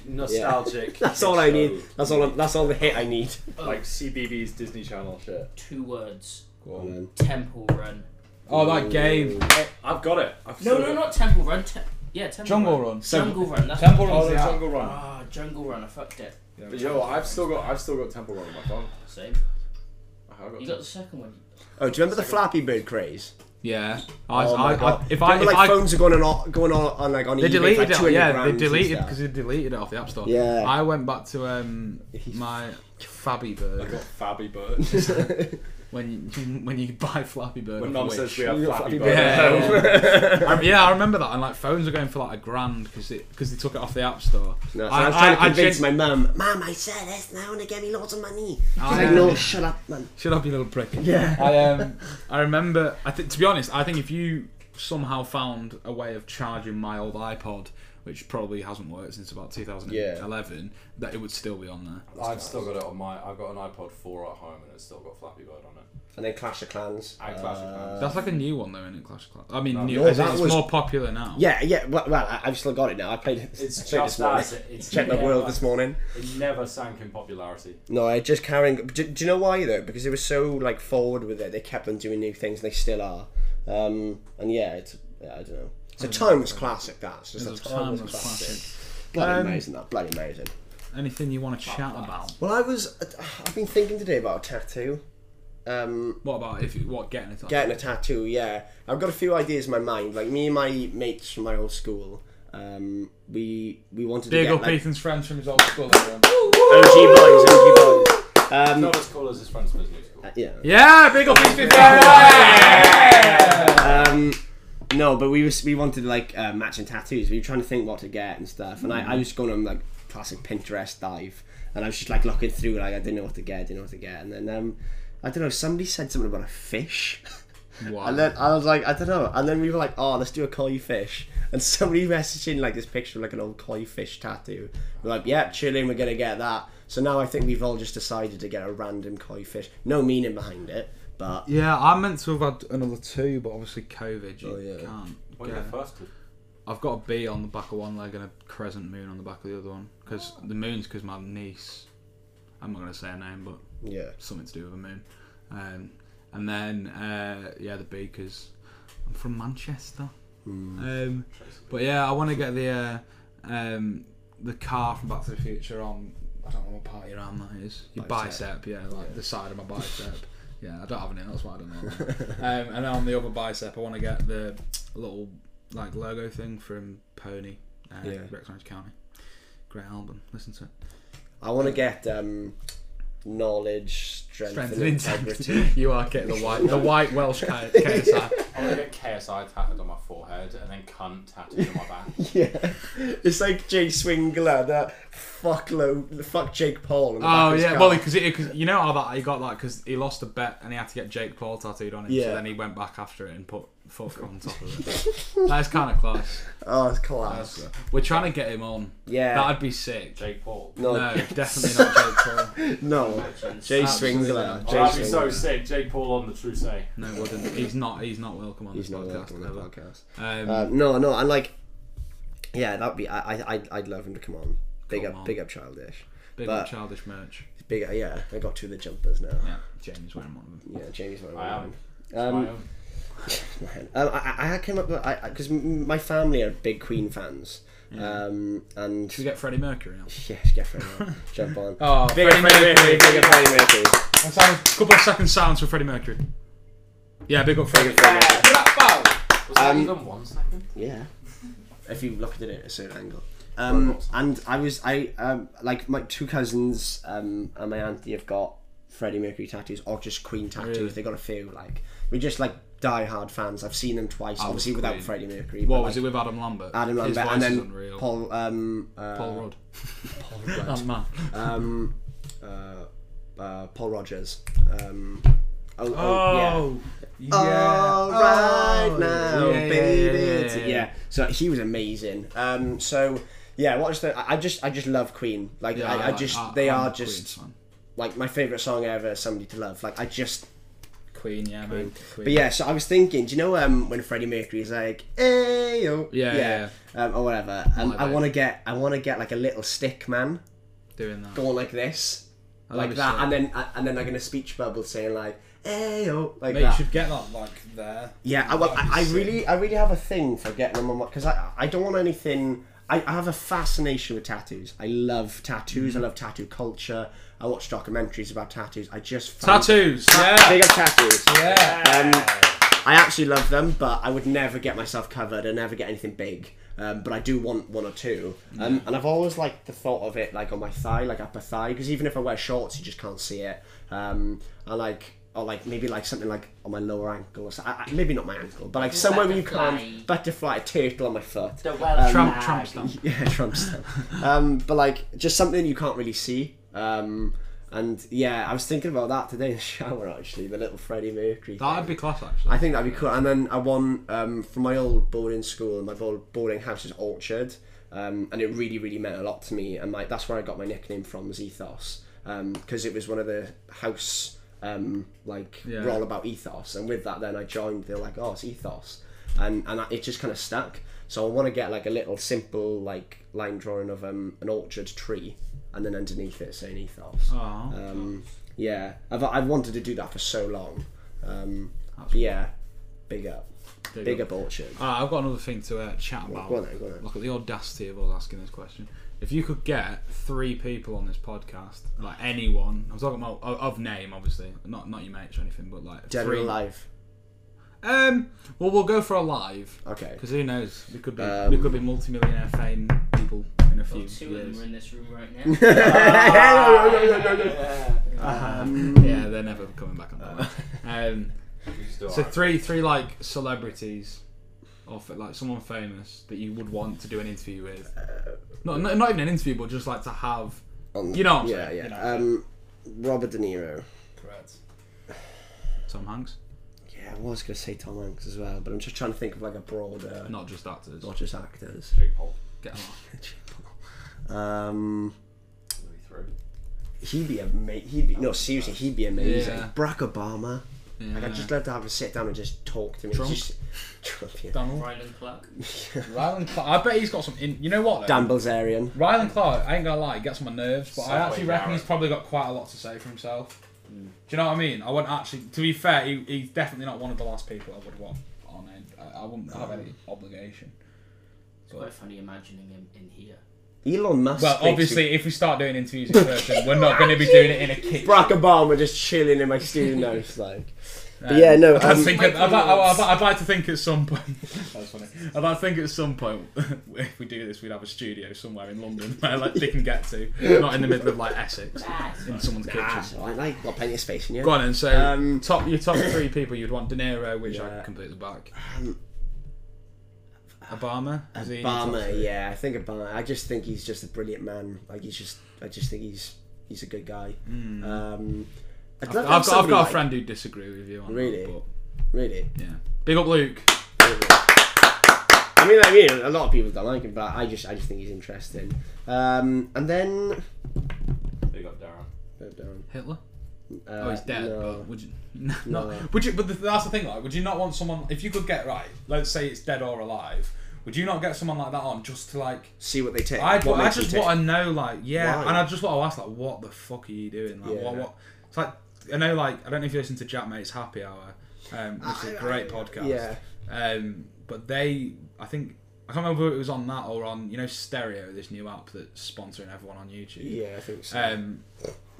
D: Nostalgic.
B: That's all I need. That's all. That's all the hit I need.
C: Oh,
D: Like CBBS Disney Channel shit.
C: two words.
A: Go on.
C: Temple Run.
A: Oh, that game.
D: I've got it. I've
C: No,
D: still
C: no,
D: got
C: not Temple Run. Te- yeah, Temple
A: Jungle
C: Run.
A: Run.
C: Jungle Run. That's
A: Temple
D: it. Oh,
A: Run's
D: no,
A: the app.
D: Jungle Run.
C: Ah, Jungle Run. I fucked it.
D: But yo, I've still got I've still got Temple Run on my phone.
C: Same.
D: I have got
C: You got the second one.
B: Oh, do you remember the Flappy Bird craze?
A: Yeah. I,
B: Oh
A: I,
B: my
A: I,
B: god!
A: if
B: Remember,
A: I, if
B: like
A: I
B: phones are going on, going on, on like on
A: they
B: eBay
A: deleted
B: for like
A: it.
B: 200
A: Yeah,
B: grand
A: they
B: and
A: deleted
B: stuff.
A: because they deleted it off the app store.
B: Yeah.
A: I went back to um my Fabby
D: I
A: Bird
D: got Fabby Bird.
A: when you, when you buy Flappy Bird.
D: when
A: off
D: Mum
A: Wish.
D: says we have
B: We got
D: Flappy
B: Flappy
A: Yeah,
D: Bird.
A: yeah. I, yeah, I remember that. And like phones are going for like a grand because because they took it off the app store.
B: No, so
A: I-
B: I, was trying
A: I- I
B: to convince
A: gen-
B: my mum. Mum, I said this. They want to give me loads of money. She's
A: I,
B: like, no,
A: um,
B: shut up, man.
A: Shut up, you little prick.
B: Yeah.
A: I um, I remember. I think to be honest, I think if you somehow found a way of charging my old iPod, which probably hasn't worked since about 2011, that it would still be on there.
D: I've still got it on my. I've got an iPod 4 at home and it's still got Flappy Bird on it.
B: And then Clash of Clans. Uh,
D: And Clash of Clans.
A: That's like a new one though, isn't it? Clash of Clans. I mean, new.
B: no,
A: as in
B: that
A: it's
B: was-
A: more popular now.
B: Yeah, yeah. Well, well I, I've still got it now. I played it. I
D: It's
B: played it this
D: just
B: morning.
D: that. It's
B: Checked my
D: never-
B: world this morning.
D: It never sank in popularity.
B: No, I just carrying. Do, do you know why though? Because they were so like forward with it. They kept on doing new things. and They still are. Um, and yeah, it's yeah, I don't know. It's a timeless classic. That it's just
A: It's a
B: a timeless,
A: timeless
B: classic.
A: classic.
B: Bloody
A: Um,
B: amazing. That bloody amazing.
A: Anything you want to chat about?
B: Well, I was. I've been thinking today about a tattoo. Um,
A: What about if you, what getting it? on?
B: getting a tattoo. Yeah, I've got a few ideas in my mind. Like me and my mates from my old school, um, we we wanted
A: Big
B: to get
A: up
B: like,
A: Ethan's friends from his old school. everyone.
B: OG boys, OG boys. Um,
D: Not as cool as his friends from his new school.
B: yeah.
A: Yeah, big up Ethan's friends.
B: Um, no, but we was we wanted like uh, matching tattoos. We were trying to think what to get and stuff. And I, I was going on like classic Pinterest dive, and I was just like looking through, like I didn't know what to get, didn't know what to get. And then um, I don't know, somebody said something about a fish.
A: Wow.
B: And then I was like, I don't know. And then we were like, oh, let's do a koi fish. And somebody messaged in like this picture of like an old koi fish tattoo. We're like, yeah, chilling, we're gonna get that. So now I think we've all just decided to get a random koi fish. No meaning behind it, but
A: Yeah, I meant to have had another two, but obviously COVID, you
B: Oh, yeah.
A: can't.
D: What are
A: go.
D: your first two?
A: I've got a bee on the back of one leg and a crescent moon on the back of the other one. Because the moon's because my niece, I'm not going to say her name, but
B: yeah.
A: something to do with a moon. Um, and then, uh, yeah, the bee because I'm from Manchester. Um, but yeah, I want to get the uh, um, the car from Back to the Future on, I don't know what part of your arm that is. Your bicep,
B: Bicep.
A: yeah, like the side of my bicep. yeah, I don't have any, that's why I don't know. um, and then on the other bicep, I want to get the little like logo thing from Pony, uh,
B: Yeah.
A: Rex Orange County. Great album, listen to it.
B: I want to get um, knowledge, strength,
A: Strength
B: and
A: and
B: integrity.
A: intensity. you are getting the white, the white Welsh K- KSI.
D: I'm gonna get KSI tattooed on my forehead and then cunt tattooed on my back.
B: yeah, it's like Jay Swingler, that fuck low, fuck Jake Paul. on the back
A: Oh
B: of his
A: yeah,
B: car.
A: well because you know how that he got that because he lost a bet and he had to get Jake Paul tattooed on him.
B: Yeah.
A: So then he went back after it and put fuck on top of it. that is kind of class.
B: oh, it's class.
A: We're trying to get him on.
B: Yeah.
A: That'd be sick.
D: Jake Paul.
B: No,
A: No, definitely not Jake Paul.
B: no, Jay Swingler.
D: Oh,
B: Jay
D: that'd be so
B: Swingler.
D: sick. Jake Paul on the True Say.
A: No, wouldn't. He's not. He's not welcome on
B: He's
A: this
B: not
A: podcast.
B: working on the
A: ever.
B: podcast.
A: Um,
B: Uh, no, no, and like, yeah, that'd be. I, I, I'd- I'd love him to come on. Big
A: Come
B: up,
A: on.
B: big up, childish.
A: big
B: but-
A: childish merch.
B: Big, yeah. I got two of the jumpers now.
A: Yeah, Jamie's wearing one of them.
B: Yeah, Jamie's one.
D: I
B: of
D: am.
B: them.
D: My
B: Um,
D: own.
B: Um, I, I- I came up with because my family are big Queen fans, um, and
A: Should we get Freddie Mercury on?
B: yeah, get Freddie Mercury. jump on.
A: Oh,
B: big up Freddie Mercury, big up Freddie Mercury.
A: couple of second silence for Freddie Mercury. Yeah, big up Freddie.
D: Was that
B: Um,
D: even one second?
B: Yeah, if you looked at it at a certain angle. Um, and I was I um, like my two cousins um, and my auntie have got Freddie Mercury tattoos or just Queen tattoos.
A: Really?
B: They got a few like we just like die hard fans. I've seen them twice,
A: I was
B: obviously without
A: Oh, Queen.
B: Freddie Mercury.
A: What
B: but,
A: was it
B: like,
A: with Adam Lambert?
B: Adam
A: His
B: Lambert
A: voice
B: and
A: is
B: then
A: unreal.
B: Paul um, uh,
A: Paul Rudd.
B: Paul Rudd.
A: Oh, man.
B: um, uh, uh, Paul Rogers. Um, oh, oh, yeah.
A: yeah.
B: All right
A: Oh,
B: now,
A: yeah,
B: baby.
A: yeah, yeah,
B: it's-
A: yeah, yeah.
B: So he was amazing. Um, so yeah, what's the? I I just, I just love Queen. Like,
A: Yeah,
B: I, I,
A: like-
B: just,
A: I-
B: they
A: I'm
B: are
A: a Queen
B: just
A: fan.
B: like my favorite song ever. Somebody to love. Like, I just.
A: Queen, yeah, man. Queen.
B: But yeah, so I was thinking, do you know um, when Freddie Mercury is like, hey, oh,
A: Yeah, yeah,
B: Um, or whatever. Um,
A: Like
B: I
A: that.
B: want to get, I want to get like a little stick man
A: doing that.
B: going like this,
A: I
B: like
A: love
B: that,
A: it.
B: and then and then like in a speech bubble saying like, "Hey yo," like
A: Mate, you
B: that.
A: should get that like there.
B: Yeah, I, well, I, I really, I really have a thing for getting them on my because I, I don't want anything. I, I have a fascination with tattoos. I love
A: Mm-hmm.
B: tattoos. I love tattoo culture. I watch documentaries about tattoos. I just fan-
A: Tattoos. Yeah.
B: Big up tattoos.
A: Yeah.
B: Um, I actually love them, but I would never get myself covered and never get anything big. Um, but I do want one or two, um, and I've always like the thought of it like on my thigh, like upper thigh, because even if I wear shorts, you just can't see it. Um, I like. Or like maybe like something like on my lower ankle, or so, I, I- maybe not my ankle, but like somewhere where you
C: Butterfly.
B: can't butterfly a turtle on my foot.
C: The Welsh
A: Trump,
C: flag.
A: Trump stuff.
B: Yeah, Trump stuff. um, but like just something you can't really see. Um, and yeah, I was thinking about that today in the shower actually, the little Freddie Mercury.
A: That'd
B: thing.
A: be class, actually.
B: I think that'd be cool. And then I won um, from my old boarding school. My bo- boarding house is Orchard, um, and it really, really meant a lot to me. And like that's where I got my nickname from was Ethos, because it was one of the house um, like
A: Yeah.
B: we're all about ethos. And with that, then I joined. They're like, oh, it's ethos, and and I, it just kind of stuck. So I want to get like a little simple like line drawing of um, an orchard tree, and then underneath it saying ethos.
A: Aw.
B: Um, yeah, I've, I've wanted to do that for so long. Um,
A: That's
B: but yeah, big up,
A: Dig
B: big
A: up.
B: up Orchard.
A: Ah, I've got another thing to uh, chat about.
B: go on then, go on then.
A: Look at the audacity of us asking this question. If you could get three people on this podcast, like anyone, I'm talking about of- of name, obviously, not not your mates or anything, but like
B: Dead or
A: three.
B: alive?
A: Um, well, we'll go for a live
B: Okay.
A: because who knows? We could be we
B: Um,
A: could be multi-millionaire fame people in a few
C: Well, two of
A: years.
C: them are in this room right now.
A: yeah, they're never coming back on that. one.
B: Uh,
A: Um, so three three like celebrities, or f- like someone famous that you would want to do an interview with. Not not, not even an interview, but just like to have.
B: On-
A: You know what I'm
B: yeah,
A: saying,
B: yeah.
A: you know.
B: um, Robert De Niro.
F: Correct.
A: Tom Hanks,
B: Yeah, I was gonna say Tom Hanks as well, but I'm just trying to think of like a broader,
A: not just actors.
B: not just actors.
F: Jake Paul.
A: Get on.
B: Um,
F: Louis through.
B: he'd be amazing. He'd be no, seriously, he'd be amazing.
A: Yeah.
B: Barack Obama.
A: Yeah.
B: Like I'd just love to have a sit down and just talk to me.
A: Trump?
B: Just, Trump, yeah.
A: Donald.
C: Ryland Clark.
A: Ryland Clark. I bet he's got some. In- you know what? Though?
B: Dan Bilzerian.
A: Ryland Clark, I ain't gonna lie, he gets on my nerves, but I
F: Subway
A: actually reckon
F: Garrett.
A: he's probably got quite a lot to say for himself. Do you know what I mean? I wouldn't actually. To be fair, he, he's definitely not one of the last people I would want on. it. I, I wouldn't have any obligation.
C: It's quite funny imagining him in here.
B: Elon Musk.
A: Well,
B: thinks he-
A: obviously, if we start doing interviews in person, we're not going to be doing it in a kitchen.
B: Barack Obama just chilling in my studio notes, like. But yeah, no.
A: I'd,
B: Um,
A: think I'd, I'd, I'd, I'd like to think at some point. That's funny. I'd like to think at some point, if we do this, we'd have a studio somewhere in London where like they can get to, not in the middle of like Essex in someone's
B: ah,
A: kitchen.
B: so I like got plenty of space in here.
A: Go on and say
B: Um,
A: top your top three people you'd want. De Niro, which I
B: Yeah. Um,
A: completely back. Obama. Is he in your top
B: Obama,
A: three?
B: yeah, I think Obama. I just think he's just a brilliant man. Like he's just, I just think he's he's a good guy.
A: Hmm.
B: Um, I'd
A: I've,
B: love to
A: I've got,
B: have
A: I've
B: somebody
A: got a
B: like-
A: friend who disagree with you on
B: Really?
A: that.
B: really.
A: But yeah. Big up Luke.
B: I mean, I mean, a lot of people don't like him, but I just, I just think he's interesting. Um, and then. oh,
F: Big up Darren.
A: Hitler.
B: Uh,
A: Oh, he's dead.
B: no.
A: But would you? No,
B: No.
A: Would you? But the, that's the thing. Like, would you not want someone? If you could get right, let's say it's dead or alive. Would you not get someone like that on just to like?
B: See what they take.
A: I,
B: what
A: I
B: makes them
A: just
B: tick.
A: want to know, like, yeah,
B: Why?
A: and I just want to ask, like, what the fuck are you doing? Like, what,
B: Yeah.
A: what? It's like I know, like, I don't know if you listen to Jack Mate's Happy Hour, um, which is a great podcast.
B: yeah.
A: Um, but they, I think, I can't remember if it was on that or on you know Stereo, this new app that's sponsoring everyone on YouTube.
B: Yeah, I think so.
A: Um,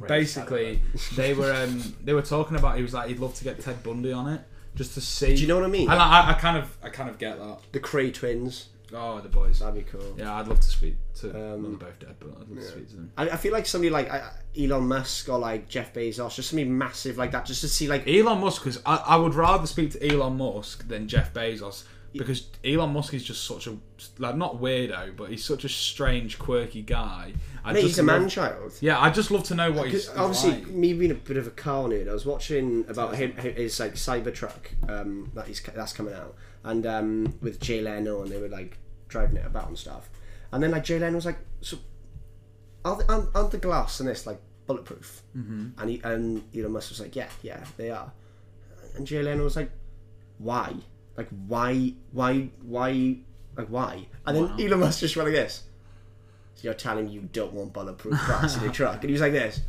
A: basically, they were um, they were talking about. He was like, he'd love to get Ted Bundy on it just to see.
B: Do you know what I mean?
A: And I, I, I kind of, I kind of get that.
B: the Cray twins.
A: Oh, the boys.
B: That'd be cool.
A: Yeah, I'd love to speak to.
B: Um,
A: well, they're both dead, but I'd love to speak to them.
B: I, I feel like somebody like uh, Elon Musk or like Jeff Bezos, just somebody massive like that, just to see like
A: Elon Musk, because I, I would rather speak to Elon Musk than Jeff Bezos, because Elon Musk is just such a like not weirdo, but he's such a strange, quirky guy. I
B: mate,
A: just
B: he's a
A: love-
B: man child.
A: Yeah, I just love to know what he's, he's
B: Obviously,
A: like.
B: me being a bit of a car nerd, I was watching about him his like Cybertruck um, that he's that's coming out, and um, with Jay Leno, and they were like driving it about and stuff, and then like Jay Leno was like, so are the, aren't, aren't the glass and this like bulletproof? Mm-hmm. And he, and Elon Musk was like, yeah, yeah, they are, and Jay Leno was like, why? Like why why why like why? And then Elon Musk just went like this. So you're telling me you don't want bulletproof glass in your truck, and he was like this.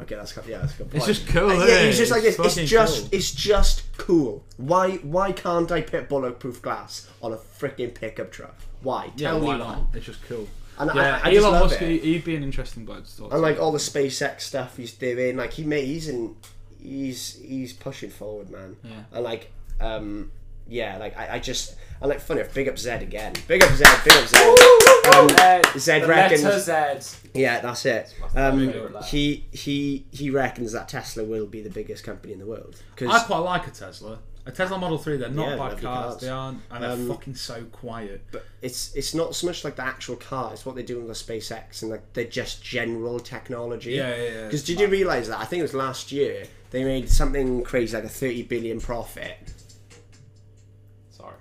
B: Okay, that's got- yeah, that's a good point.
A: It's just cool,
B: Uh,
A: isn't
B: yeah,
A: it?
B: he's just like
A: It's
B: this. It's
A: fucking
B: just
A: cool.
B: it's just cool. Why why can't I put bulletproof glass on a freaking pickup truck? Why? Tell me why.
A: It's just cool.
B: And I-
A: yeah,
B: I- I just
A: Elon
B: love
A: Musk,
B: it.
A: he- he'd be an interesting bloke to talk to.
B: And like all the SpaceX stuff he's doing, like he made he's in he's he's pushing forward, man.
A: Yeah.
B: And like um, yeah, like I, I just I like funny. Big up Zed again. Big up Zed. Big up Zed. Um, Zed reckons. Yeah, that's it. Um, he he he reckons that Tesla will be the biggest company in the world
A: I
B: because
A: quite like a Tesla. A Tesla Model 3, they're not
B: Yeah,
A: bad
B: lovely
A: cars.
B: cars.
A: They aren't. And they're
B: Um,
A: fucking so quiet.
B: it's it's not so much like the actual car. It's what they do with the SpaceX and like they're just general technology.
A: Yeah, yeah, yeah.
B: Because did you realize that? I think it was last year they made something crazy like a thirty billion profit.
D: Sorry.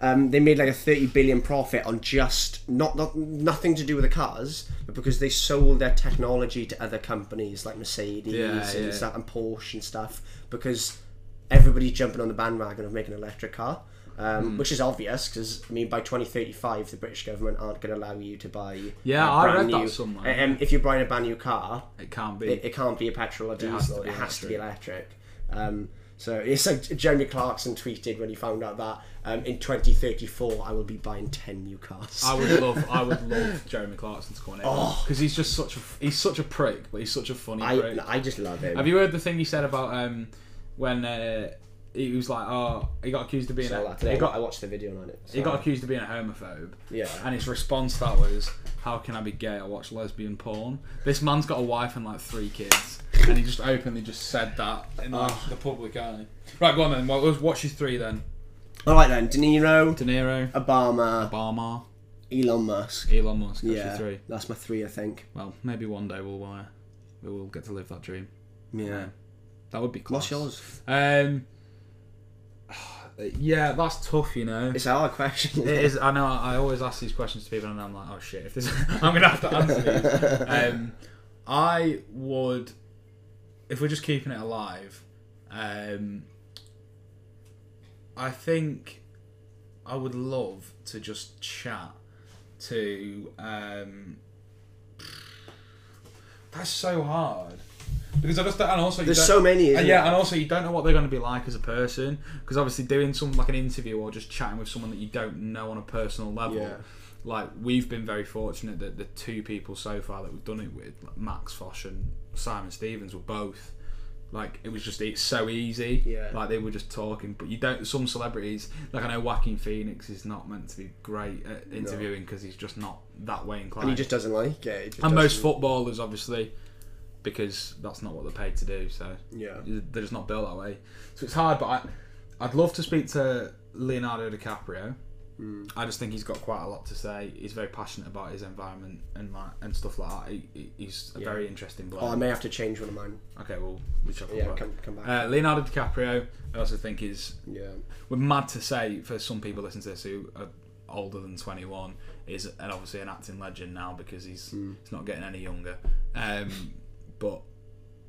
B: Um, they made like a thirty billion profit on just not not nothing to do with the cars, but because they sold their technology to other companies like Mercedes
A: Yeah,
B: and
A: yeah.
B: stuff and Porsche and stuff. Because everybody's jumping on the bandwagon of making an electric car,
A: Hmm.
B: um, which is obvious. Because I mean, by twenty thirty five, the British government aren't going to allow you to buy.
A: Yeah,
B: a
A: I
B: brand
A: read that
B: new-
A: somewhere.
B: Um, if you're buying a brand new car,
A: It can't be.
B: it, it can't be a petrol or diesel. It
A: has
B: has
A: to
B: to
A: be
B: be, electric. Um, so it's like Jeremy Clarkson tweeted when he found out that um, in 2034 I will be buying 10 new cars.
A: I would love, I would love Jeremy Clarkson to come on it because he's just such a, he's such a prick, but he's such a funny prick.
B: Oh. I, I just love him.
A: Have you heard the thing he said about um when uh, he was like, oh, he got accused of being,
B: Saw
A: a,
B: that today.
A: he
B: I
A: got
B: watched the video on it.
A: he
B: So-
A: got accused of being a homophobe.
B: Yeah.
A: And his response to that was, how can I be gay? I watch lesbian porn. This man's got a wife and like three kids, and he just openly just said that in like,
B: Ah.
A: the public eye. Right, go on then. Well, let's watch his three then.
B: All right then, De Niro,
A: De Niro,
B: Obama,
A: Obama,
B: Elon Musk.
A: Elon Musk. That's your
B: Yeah,
A: three.
B: that's my three, I think.
A: Well, maybe one day we'll uh, we will get to live that dream.
B: Yeah.
A: That would be cool.
B: What's yours?
A: Um, yeah, that's tough, you know.
B: It's a hard question.
A: It is. I know. I always ask these questions to people, and I'm like, oh shit, if this, I'm gonna have to answer these. Um, I would, if we're just keeping it alive, um, I think I would love to just chat to. Um, that's so hard because I just don't- and also you
B: There's
A: don't-
B: so
A: and
B: many, isn't
A: yeah,
B: there?
A: and also you don't know what they're going to be like as a person because obviously doing some like an interview or just chatting with someone that you don't know on a personal level.
B: Yeah.
A: Like we've been very fortunate that the two people so far that we've done it with, like Max Fosh and Simon Stevens, were both like it was just it's so easy.
B: Yeah.
A: Like they were just talking, but you don't. Some celebrities, like I know Joaquin Phoenix is not meant to be great at interviewing because he's just not that way inclined.
B: and he just doesn't like it. He just
A: And most
B: doesn't-
A: footballers, obviously, because that's not what they're paid to do. So
B: Yeah.
A: they're just not built that way. So it's hard. But I, I'd love to speak to Leonardo DiCaprio.
B: Hmm.
A: I just think he's got quite a lot to say. He's very passionate about his environment and like, and stuff like that. He- He, he's a very interesting bloke.
B: Oh, I may have to change one of mine.
A: okay, well, we shall come
B: Yeah,
A: back.
B: come, come back.
A: Uh, Leonardo DiCaprio, I also think is
B: yeah.
A: we're mad to say for some people listening to this who are older than 21 is and obviously an acting legend now because he's
B: Hmm.
A: he's not getting any younger um but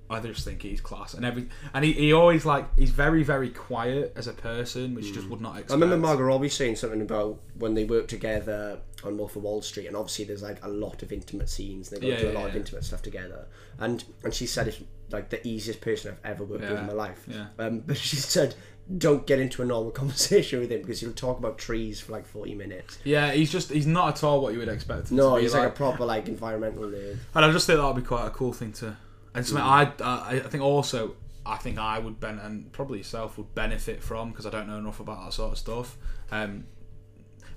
A: I just think he's class and every and he, he always like he's very very quiet as a person which you just would not expect
B: Hmm. I remember Margot Robbie saying something about when they worked together on Wolf of Wall Street, and obviously there's like a lot of intimate scenes. They got
A: Yeah,
B: to do a
A: yeah,
B: lot of
A: yeah.
B: intimate stuff together, and and she said it's like the easiest person I've ever worked with
A: Yeah,
B: in my life.
A: yeah.
B: Um, but she said, don't get into a normal conversation with him because he'll talk about trees for like forty minutes.
A: yeah he's just he's not at all what you would expect him
B: No,
A: to be
B: he's like, a proper like environmental nerd.
A: And I just think that would be quite a cool thing to. And
B: Mm.
A: something I, I, I think also, I think I would ben and probably yourself would benefit from because I don't know enough about that sort of stuff. Um,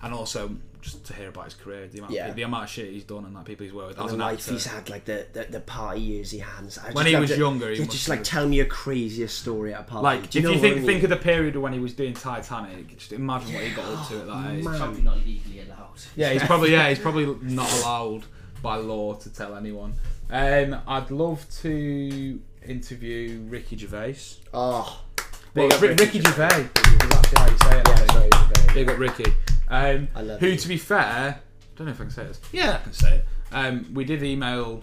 A: and also just to hear about his career, the amount,
B: Yeah.
A: the amount of shit he's done and like people he's worked with. As
B: The
A: an
B: life
A: actor.
B: he's had, like the the, the party years he had. I
A: When
B: just
A: he
B: love
A: was
B: it.
A: younger, he
B: Yeah,
A: must
B: just
A: have
B: like tell me your craziest story at a party.
A: Like,
B: Do you
A: if
B: know
A: you
B: what I
A: think
B: mean?
A: think of the period when he was doing Titanic, just imagine what he got up to at that age.
C: Probably not legally allowed.
A: Hmm. Yeah, he's probably yeah, he's probably not allowed by law to tell anyone. Um, I'd love to interview Ricky Gervais.
B: oh,
A: Well,
B: Big up
A: Ri-
B: Ricky
A: Ricky Gervais. That's how you say it. I
B: yeah,
A: think.
B: sorry, okay.
A: Big up Ricky. Um,
B: I love
A: who,
B: you.
A: to be fair, don't know if I can say this. Yeah, I can say it. Um, we did email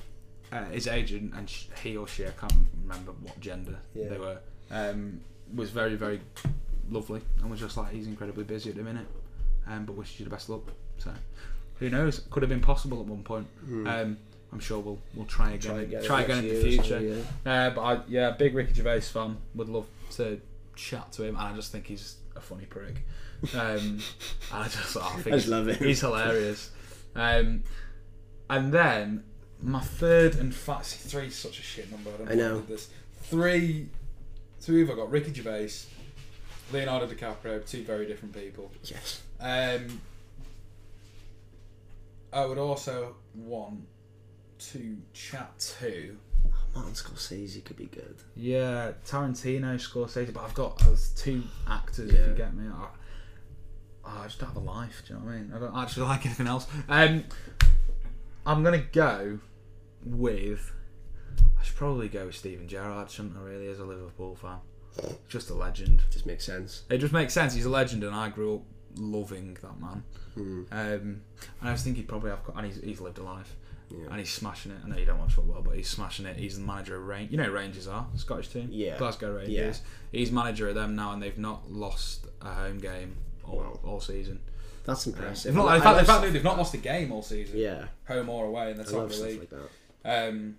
A: uh, his agent, and sh- he or she, I can't remember what gender
B: Yeah.
A: they were, um, was very, very lovely, and was just like, he's incredibly busy at the minute, um, but wishes you the best luck. So, who knows? Could have been possible at one point. Um, I'm sure we'll we'll try again. Try
B: Hmm. Try
A: again,
B: again
A: in
B: next
A: the
B: year or
A: future.
B: something, yeah.
A: Uh, but I, yeah, big Ricky Gervais fan. Would love to chat to him, and I just think he's a funny prick. Um, and I just, I think
B: just love him.
A: he's hilarious. Um, and then my third and fa- see, three is such a shit number. I, don't
B: I know.
A: why did This. Three, two have I got Ricky Gervais, Leonardo DiCaprio, two very different people.
B: Yes.
A: Um, I would also want to chat to.
B: Martin Scorsese could be good.
A: Yeah, Tarantino, Scorsese, but I've got those two actors. If you
B: Yeah.
A: get me, I, I just don't have a life. Do you know what I mean? I don't actually like anything else. Um, I'm gonna go with. I should probably go with Steven Gerrard, shouldn't I? Really, as a Liverpool fan, just a legend.
B: Just makes sense.
A: It just makes sense. He's a legend, and I grew up loving that man.
B: Hmm,
A: Um, and I just think he'd probably have, and he's, he's lived a life,
B: Yeah.
A: and he's smashing it. I know you don't watch football, but he's smashing it. He's the manager of Rangers. You know who Rangers are Scottish team,
B: Yeah.
A: Glasgow Rangers. He's manager of them now, and they've not lost a home game all,
B: Wow.
A: all season.
B: That's
A: If
B: impressive.
A: not,
B: I
A: in fact, in
B: love
A: fact,
B: stuff-
A: they've not lost a game all season,
B: yeah,
A: home or away, in the
B: I
A: top
B: love
A: of the
B: stuff
A: league.
B: like that.
A: Um,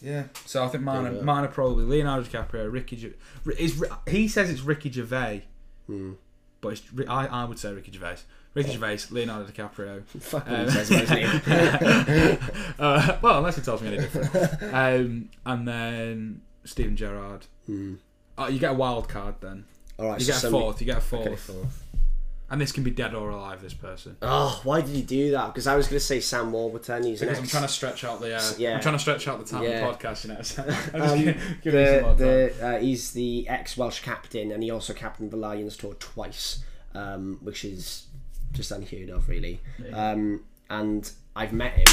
A: yeah. So I think mine, are,
B: Yeah.
A: mine are probably Leonardo DiCaprio, Ricky. Gerv- Ri- Is he says it's Ricky Gervais,
B: Hmm.
A: but it's, Ri- I I would say Ricky Gervais. Ricky Gervais, Leonardo DiCaprio.
B: Fuck
A: Um,
B: um, says about his name.
A: uh, well, unless he tells me any different. Um, and then Stephen Gerrard.
B: Hmm.
A: Oh, you get a wild card then.
B: All right,
A: You
B: so
A: get a
B: somebody-
A: fourth. You get a
B: Okay,
A: fourth.
B: fourth.
A: And this can be dead or alive. This person.
B: Oh, why did you do that? Because I was going to say Sam Warburton. He's an
A: Because I'm
B: ex-
A: trying to stretch out the. Uh,
B: Yeah.
A: I'm trying to stretch out the time
B: Yeah.
A: of the podcast. You know. So I'm just
B: Um,
A: giving giving you some more
B: the,
A: time.
B: the, uh, he's the ex Welsh captain, and he also captained the Lions tour twice, um, which is just unheard of, really. Um, and I've met him.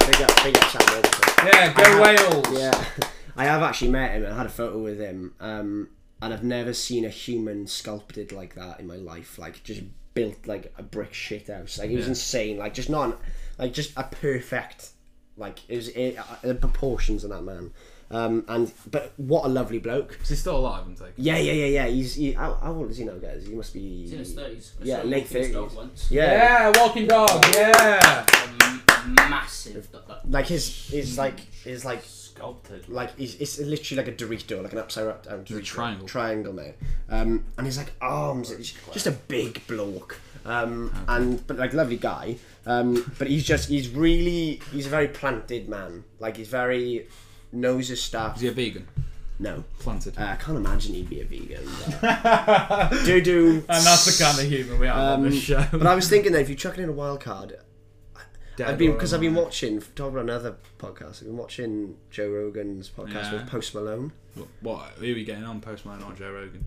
B: Big up, big up Sam Warburton.
A: Yeah, go
B: I
A: Wales.
B: Yeah, I have actually met him and had a photo with him, um, and I've never seen a human sculpted like that in my life. Like just built like a brick shit house. Like it was insane. Like just not, an- like just a perfect. Like it was it, uh, the proportions of that man. Um, and but what a lovely bloke.
A: Is he still alive? I'm taking.
B: Yeah, yeah, yeah, yeah. He's he, how, how old is he now, guys? He must be.
C: He's in his 30s. I
B: Yeah,
C: saw him
B: late
C: walking his
B: 30s.
C: dog once.
B: Yeah.
A: Yeah, walking dog. Yeah.
C: A massive dog, like,
B: Like his his like his like
C: sculpted.
B: like he's, it's literally like a Dorito, like an upside up- down Dorito.
A: triangle.
B: Triangle now. Um, and he's like arms, it's just a big bloke. Um, and but like lovely guy. Um, but he's just he's really he's a very planted man. Like he's very knows his stuff.
A: Is he a vegan?
B: No,
A: Planted.
B: uh, I can't imagine he'd be a vegan. Do do.
A: and that's the kind of humour we have on
B: Um,
A: this show.
B: But I was thinking that if you're chucking in a wild card, I've been because I've been watching talking about another podcast. I've been watching Joe Rogan's podcast
A: Yeah.
B: with Post Malone.
A: What? Who are we getting on? Post Malone or Joe Rogan?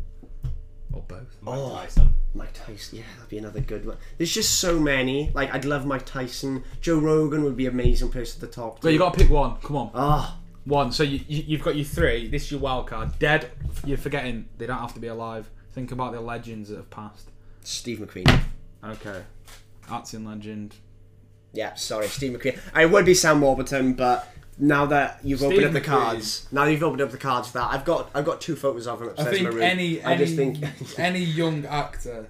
A: Or both?
F: Mike
B: Oh.
F: Tyson.
B: Mike Tyson, yeah, that'd be another good one. There's just so many. Like, I'd love Mike Tyson. Joe Rogan would be an amazing person to talk to.
A: But you got to pick one. Come on,
B: Ah,
A: one. So you, you you've got your three. This is your wild card. Dead. You're forgetting they don't have to be alive. Think about the legends that have passed.
B: Steve McQueen.
A: Okay. Acting legend.
B: Yeah, sorry, Steve McQueen. I would be Sam Warburton, but now that you've
A: Steve
B: opened up the
A: McQueen.
B: cards, now that you've opened up the cards for that, I've got I've got two photos of him upstairs in my room. I just think
A: any young actor.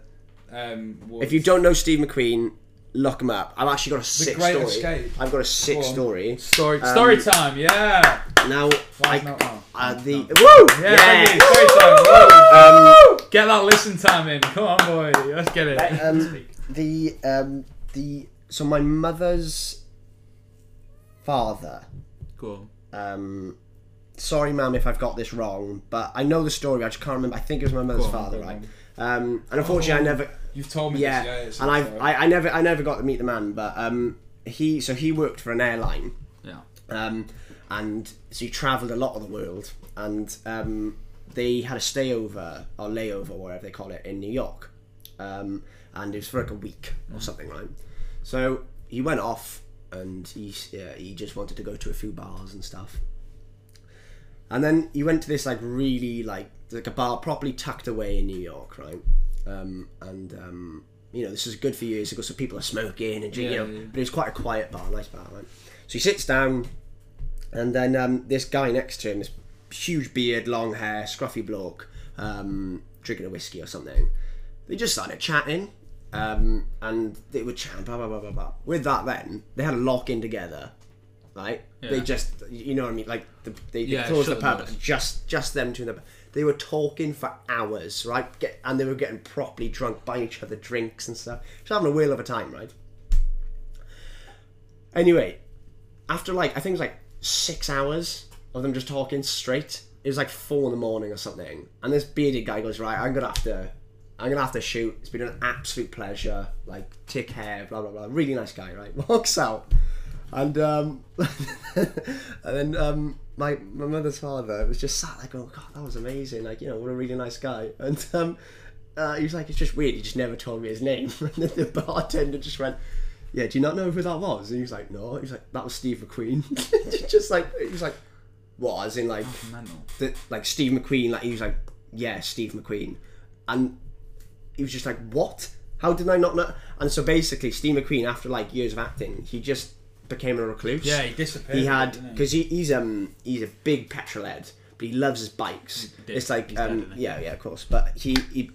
A: Um, would,
B: if you don't know Steve McQueen, look him up. I've actually got a sick
A: Great
B: story.
A: Escape.
B: I've got a sick
A: Go on.
B: story.
A: story
B: um,
A: story time, yeah.
B: Now,
A: Why
B: I,
A: not now?
B: uh, the
A: No.
B: woo Um,
A: Yeah, thank you. Story time. woo. get that listen time in. Come on, boy. Let's get it.
B: um, the um, the so my mother's father.
A: cool.
B: Um, sorry, ma'am, if I've got this wrong, but I know the story. I just can't remember. I think it was my mother's
A: Go on, Oh.
B: father,
A: go
B: right? Um, and unfortunately, I never.
A: You've told me
B: Yeah,
A: this.
B: and I've, I I never I never got to meet the man, but um, he so he worked for an airline.
A: yeah.
B: Um, and so he travelled a lot of the world, and um, they had a stayover or layover, whatever they call it, in New York, um, and it was for like a week or something, right? So he went off, and he yeah, he just wanted to go to a few bars and stuff, and then he went to this like really like like a bar properly tucked away in New York, right? Um, and um, you know this is good for years ago, so people are smoking and drinking,
A: Yeah,
B: you know,
A: yeah.
B: but it's quite a quiet bar, nice bar, right? So he sits down, and then um, this guy next to him, this huge beard, long hair, scruffy bloke, um, drinking a whiskey or something. They just started chatting, um, and they were chatting, blah blah blah blah blah. With that, then they had a lock in together, right? They
A: Yeah.
B: just, you know what I mean? Like the, they, they
A: Yeah,
B: closed the
A: shut the
B: pub,
A: doors.
B: just just them two. In the pub. They were talking for hours, right? Get, and they were getting properly drunk, buying each other drinks and stuff. Just having a whale of a time, right? Anyway, after like I think it was like six hours of them just talking straight, It was like four in the morning or something, and this bearded guy goes, "Right, I'm gonna have to, I'm gonna have to shoot. It's been an absolute pleasure. Like, take care, blah blah blah. Really nice guy, right? Walks out, and um, and then um, my my mother's father was just sat there going, "God, that was amazing. Like, you know, what a really nice guy." And um, uh, he was like, "It's just weird. He just never told me his name." and then the bartender just went yeah, do you not know who that was? And he was like, no. He was like, that was Steve McQueen. just like, he was like, what? As in like,
A: Mental.
B: the, like Steve McQueen. Like he was like, yeah, Steve McQueen. And he was just like, what? How did I not know? And so basically, Steve McQueen, after like years of acting, he just became a recluse.
A: Yeah, he disappeared.
B: He had
A: didn't he?
B: because he, he's um he's a big petrolhead, but he loves his bikes.
A: dick.
B: It's like
A: He's dead,
B: um
A: isn't he?
B: yeah yeah of course, but he he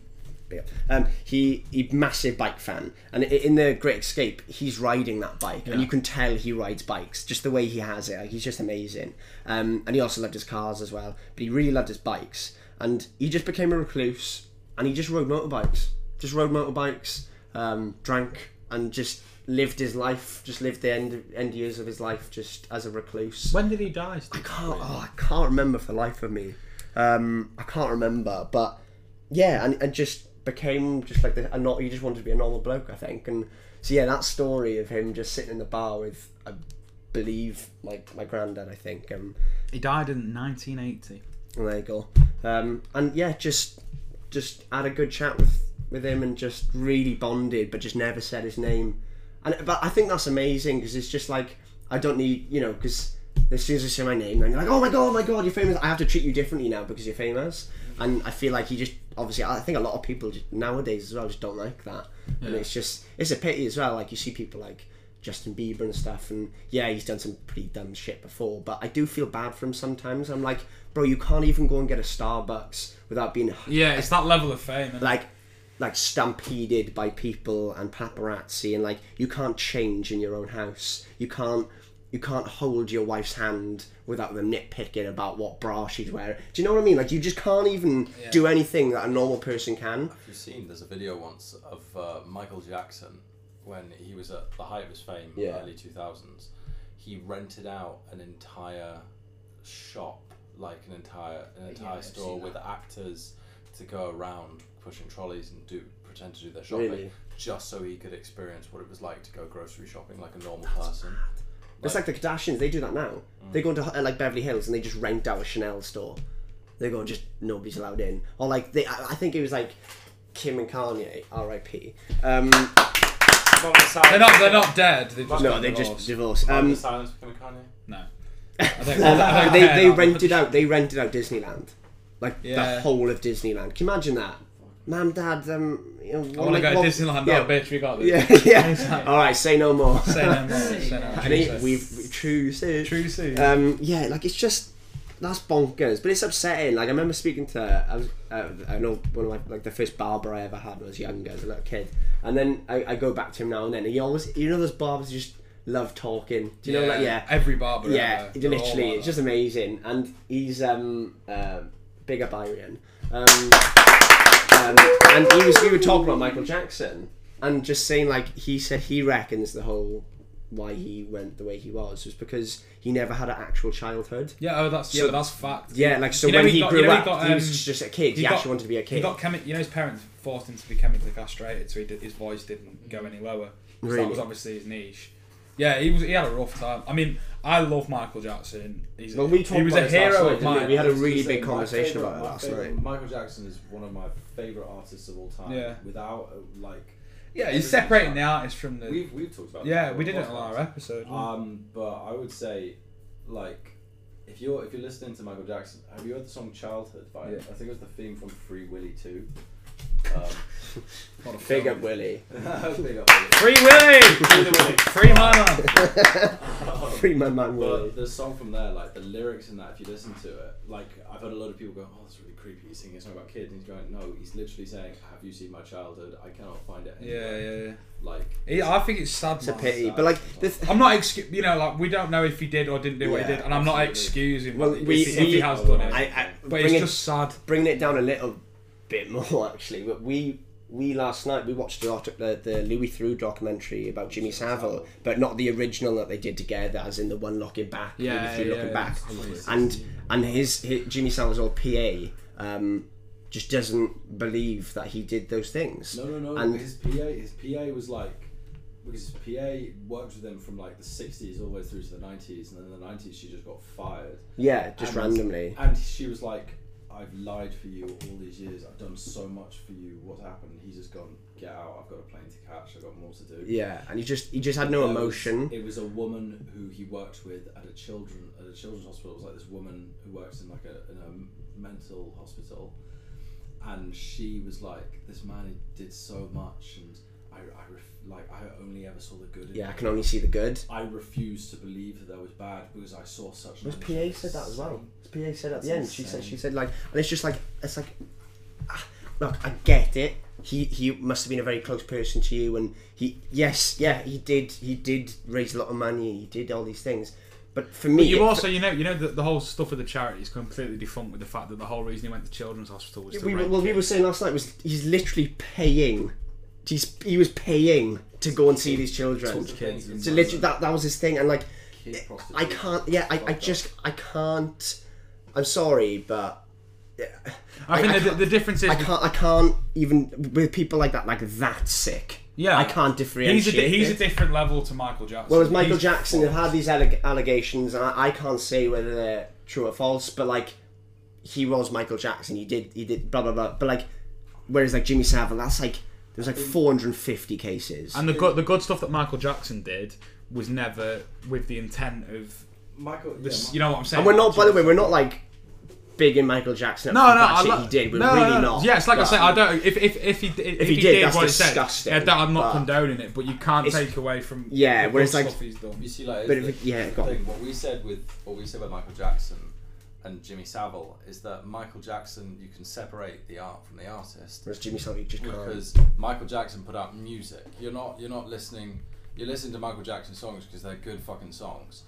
B: yeah. um he he massive bike fan, and i- in the Great Escape he's riding that bike, and you can tell he rides bikes just the way he has it. Like, he's just amazing, um and he also loved his cars as well, but he really loved his bikes, and he just became a recluse, and he just rode motorbikes, just rode motorbikes, um drank and just. Lived his life, just lived the end end years of his life, just as a recluse.
A: When did he die?
B: I
A: Steve?
B: can't. Oh, I can't remember for the life of me. Um, I can't remember, but yeah, and, and just became just like the, a not. He just wanted to be a normal bloke, I think. And so yeah, that story of him just sitting in the bar with, I believe, like my granddad, I think. Um,
A: He died in 1980.
B: and there you go. Um, and yeah, just just had a good chat with with him and just really bonded, but just never said his name. And but I think that's amazing because it's just like I don't need you know because as soon as I say my name, then you're like, oh my god, oh my god, you're famous. I have to treat you differently now because you're famous. And I feel like you just obviously I think a lot of people just, nowadays as well just don't like that. And it's just it's a pity as well. Like you see people like. Justin Bieber and stuff, and yeah, he's done some pretty dumb shit before, but I do feel bad for him sometimes. I'm like, bro, you can't even go and get a Starbucks without being
A: Yeah, it's that level of fame. isn't it?
B: like like stampeded by people and paparazzi and like you can't change in your own house you can't you can't hold your wife's hand without them nitpicking about what bra she's wearing do you know what i mean like you just can't even do anything that a normal person can
D: If you've seen, there's a video once of uh, Michael Jackson when he was at the height of his fame,
B: Yeah.
D: early 2000s. He rented out an entire shop, like an entire an entire
C: I've
D: store
C: seen
D: with actors to go around pushing trolleys and do pretend to do their shopping,
B: Really?
D: just so he could experience what it was like to go grocery shopping like a normal person.
B: it's like the kardashians they do that now they go into uh, like beverly hills and they just rent out a chanel store they go just nobody's allowed in or like they i, I think it was like kim and kanye rip um
A: They're not. They're not dead. They've just
B: no
A: got
B: they
A: divorced.
B: just divorced um
D: Did silence become a Kanye?
A: no. I don't, I
B: Um,
A: don't
B: they
A: care
B: they
A: now.
B: rented out they rented out Disneyland, like the
A: Yeah.
B: whole of Disneyland. Can you imagine that? Mum, Dad, um, you know,
A: I want to go
B: what-
A: to Disneyland.
B: Yeah,
A: Oh, bitch, we got this.
B: yeah, yeah. All right, say no more.
A: Say no more. Say no
B: I
A: more.
B: think we've we- true serious.
A: True soon.
B: Um, yeah, like it's just that's bonkers, but it's upsetting. Like I remember speaking to I was uh, I know one of my like the first barber I ever had when I was younger as a little kid, and then I, I go back to him now and then. And he always you know those barbers who just love talking. Do you know like yeah
A: Every barber.
B: yeah,
A: ever, they're all
B: literally,
A: like
B: it's
A: that.
B: just amazing. And he's um, um big up Irian. Um, um, and he was we were talking about Michael Jackson and just saying like he said he reckons the whole why he went the way he was was because he never had an actual childhood.
A: Yeah. Oh, that's yeah.
B: So-
A: But that's fact.
B: Yeah, like so
A: You know
B: when
A: he
B: he
A: got-
B: grew
A: you know he
B: up, he,
A: got, um,
B: was just a kid. He,
A: he got-
B: actually wanted to be a kid.
A: He got chemi- you know his parents forced him to be chemically castrated, so he did, his voice didn't go any lower. So
B: Really?
A: that was obviously his niche. Yeah, he was. He had a rough time. I mean, I love Michael Jackson. He's
B: Well, we
A: he
B: talked
A: was
B: about
A: a
B: this last
A: hero
B: night,
A: of
B: didn't we?
A: mine.
B: We had a
D: I was gonna
B: really
D: say,
B: big
D: my
B: conversation
D: favourite-
B: about it
D: my
B: last
D: favourite-
B: night.
D: Michael Jackson is one of my favorite artists of all time.
A: Yeah.
D: Without uh, like.
A: yeah, he's separating the artist from the.
D: We've we've talked about.
A: yeah,
D: this
A: we did it
B: Oh,
D: before,
A: on our
D: podcast.
A: episode.
B: Ah,
A: didn't we?
D: Um, but I would say, like, if you're if you're listening to Michael Jackson, have you heard the song "Childhood"? By
A: Yeah.
D: I think it was the theme from Free Willy Two. Um,
A: What a
B: Big
A: film.
B: up Willie,
D: big up Willy.
A: Free Willy. Free my man.
D: Um,
B: free my man Willie.
D: But the song from there, like the lyrics in that, if you listen to it, like I've heard a lot of people go, "Oh, that's really creepy." He's singing a song about kids, and he's going, "No, he's literally saying, have you seen my childhood? I cannot find it.'
A: Yeah,
D: anywhere."
A: yeah, yeah.
D: Like,
A: He- I think it's sad.
B: It's a
A: man.
B: pity, but like the th-
A: I'm not excu- you know like we don't know if he did or didn't do what he
B: Yeah,
A: did, and I'm not
D: absolutely.
A: excusing
B: Well,
A: well, if,
B: we-
A: he- if he
B: we-
A: has done it.
B: I, I
A: but
B: bring
A: it's
B: it-
A: just sad.
B: bringing it down a little bit more actually but we we last night we watched the doc- the, the Louis Through documentary about Jimmy Savile, but not the original that they did together, as in the one looking back,
A: Yeah,
B: Louis Through
A: yeah,
B: looking
A: yeah.
B: back, and and his, his Jimmy Savile's old PA um, just doesn't believe that he did those things.
D: No, no, no.
B: And
D: his PA, his PA was like because his PA worked with him from like the '60s all the way through to the '90s, and then in the '90s she just got fired.
B: yeah, just
D: And-
B: randomly.
D: And she was like, "I've lied for you all these years. I've done so much for you. What's happened?" He's just gone. Get out. I've got a plane to catch. I've got more to do.
B: Yeah, and he just he just had no
D: There was-
B: emotion.
D: It was a woman who he worked with at a children at a children's hospital. It was like this woman who works in like a, in a mental hospital, and she was like, "This man did so much, and I, I ref- like I only ever saw the good." In
B: Yeah, I
D: him.
B: can only see the good.
D: I refused to believe that there was bad because I saw such.
B: His
D: management.
B: PA said that as well. His PA said at
D: That's
B: the end. She said
D: insane.
B: she said like, and it's just like it's like, ah, look, I get it. He he must have been a very close person to you, and he yes yeah he did he did raise a lot of money. He did all these things, but for me,
A: You
B: it-
A: also, you know, you know the, the whole stuff with the charity is completely defunct with the fact that the whole reason he went to children's hospital was to
B: we,
A: rape
B: were- well we were saying last night was he's literally paying. He's he was paying to go and see these children.
A: kids. kids.
B: So literally that that was his thing, and like
D: Kid
B: I
D: prostitution.
B: can't yeah I, I
D: Fucked
B: just I can't. I'm sorry, but. yeah.
A: I think
B: I- I
A: the,
B: can't-
A: the difference is
B: I can't. I can't even with people like that. Like that sick.
A: Yeah.
B: I can't differentiate.
A: he's a, di- he's a
B: it.
A: different level to Michael Jackson.
B: Whereas Michael
A: He's-
B: Jackson have had these alle- allegations, and I, I can't say whether they're true or false. But like, he was Michael Jackson. He did. He did. Blah blah blah. But like, whereas like Jimmy Savile, that's like there's like 450 cases.
A: And the good, the good stuff that Michael Jackson did was never with the intent of
D: Michael, yeah,
A: this. You know what I'm saying?
B: And we're not. By the way, we're not like big in Michael Jackson. up
A: No, no,
B: for bad
A: I
B: shit
A: lo-
B: he did. We're
A: no,
B: really
A: no, no.
B: not.
A: Yeah, it's like I
B: but-
A: say, I don't. If if if he d- if,
B: he
A: he
B: did,
A: did,
B: that's
A: what he
B: disgusting,
A: said, yeah, that, I'm not
B: but-
A: condoning it. But you can't
B: It's-
A: take away from
B: Yeah,
A: the
B: whereas,
A: good
B: like-
A: stuff he's done.
F: You see, like,
B: But
F: is
B: if
F: the-
B: it- yeah,
F: the
B: go on.
F: thing, what we said with what we said with Michael Jackson and Jimmy Savile is that Michael Jackson, you can separate the art from the artist
B: Whereas Jimmy Savile you just can't.
F: because Michael Jackson put out music. You're not you're not listening. You're listening to Michael Jackson songs because they're good fucking songs.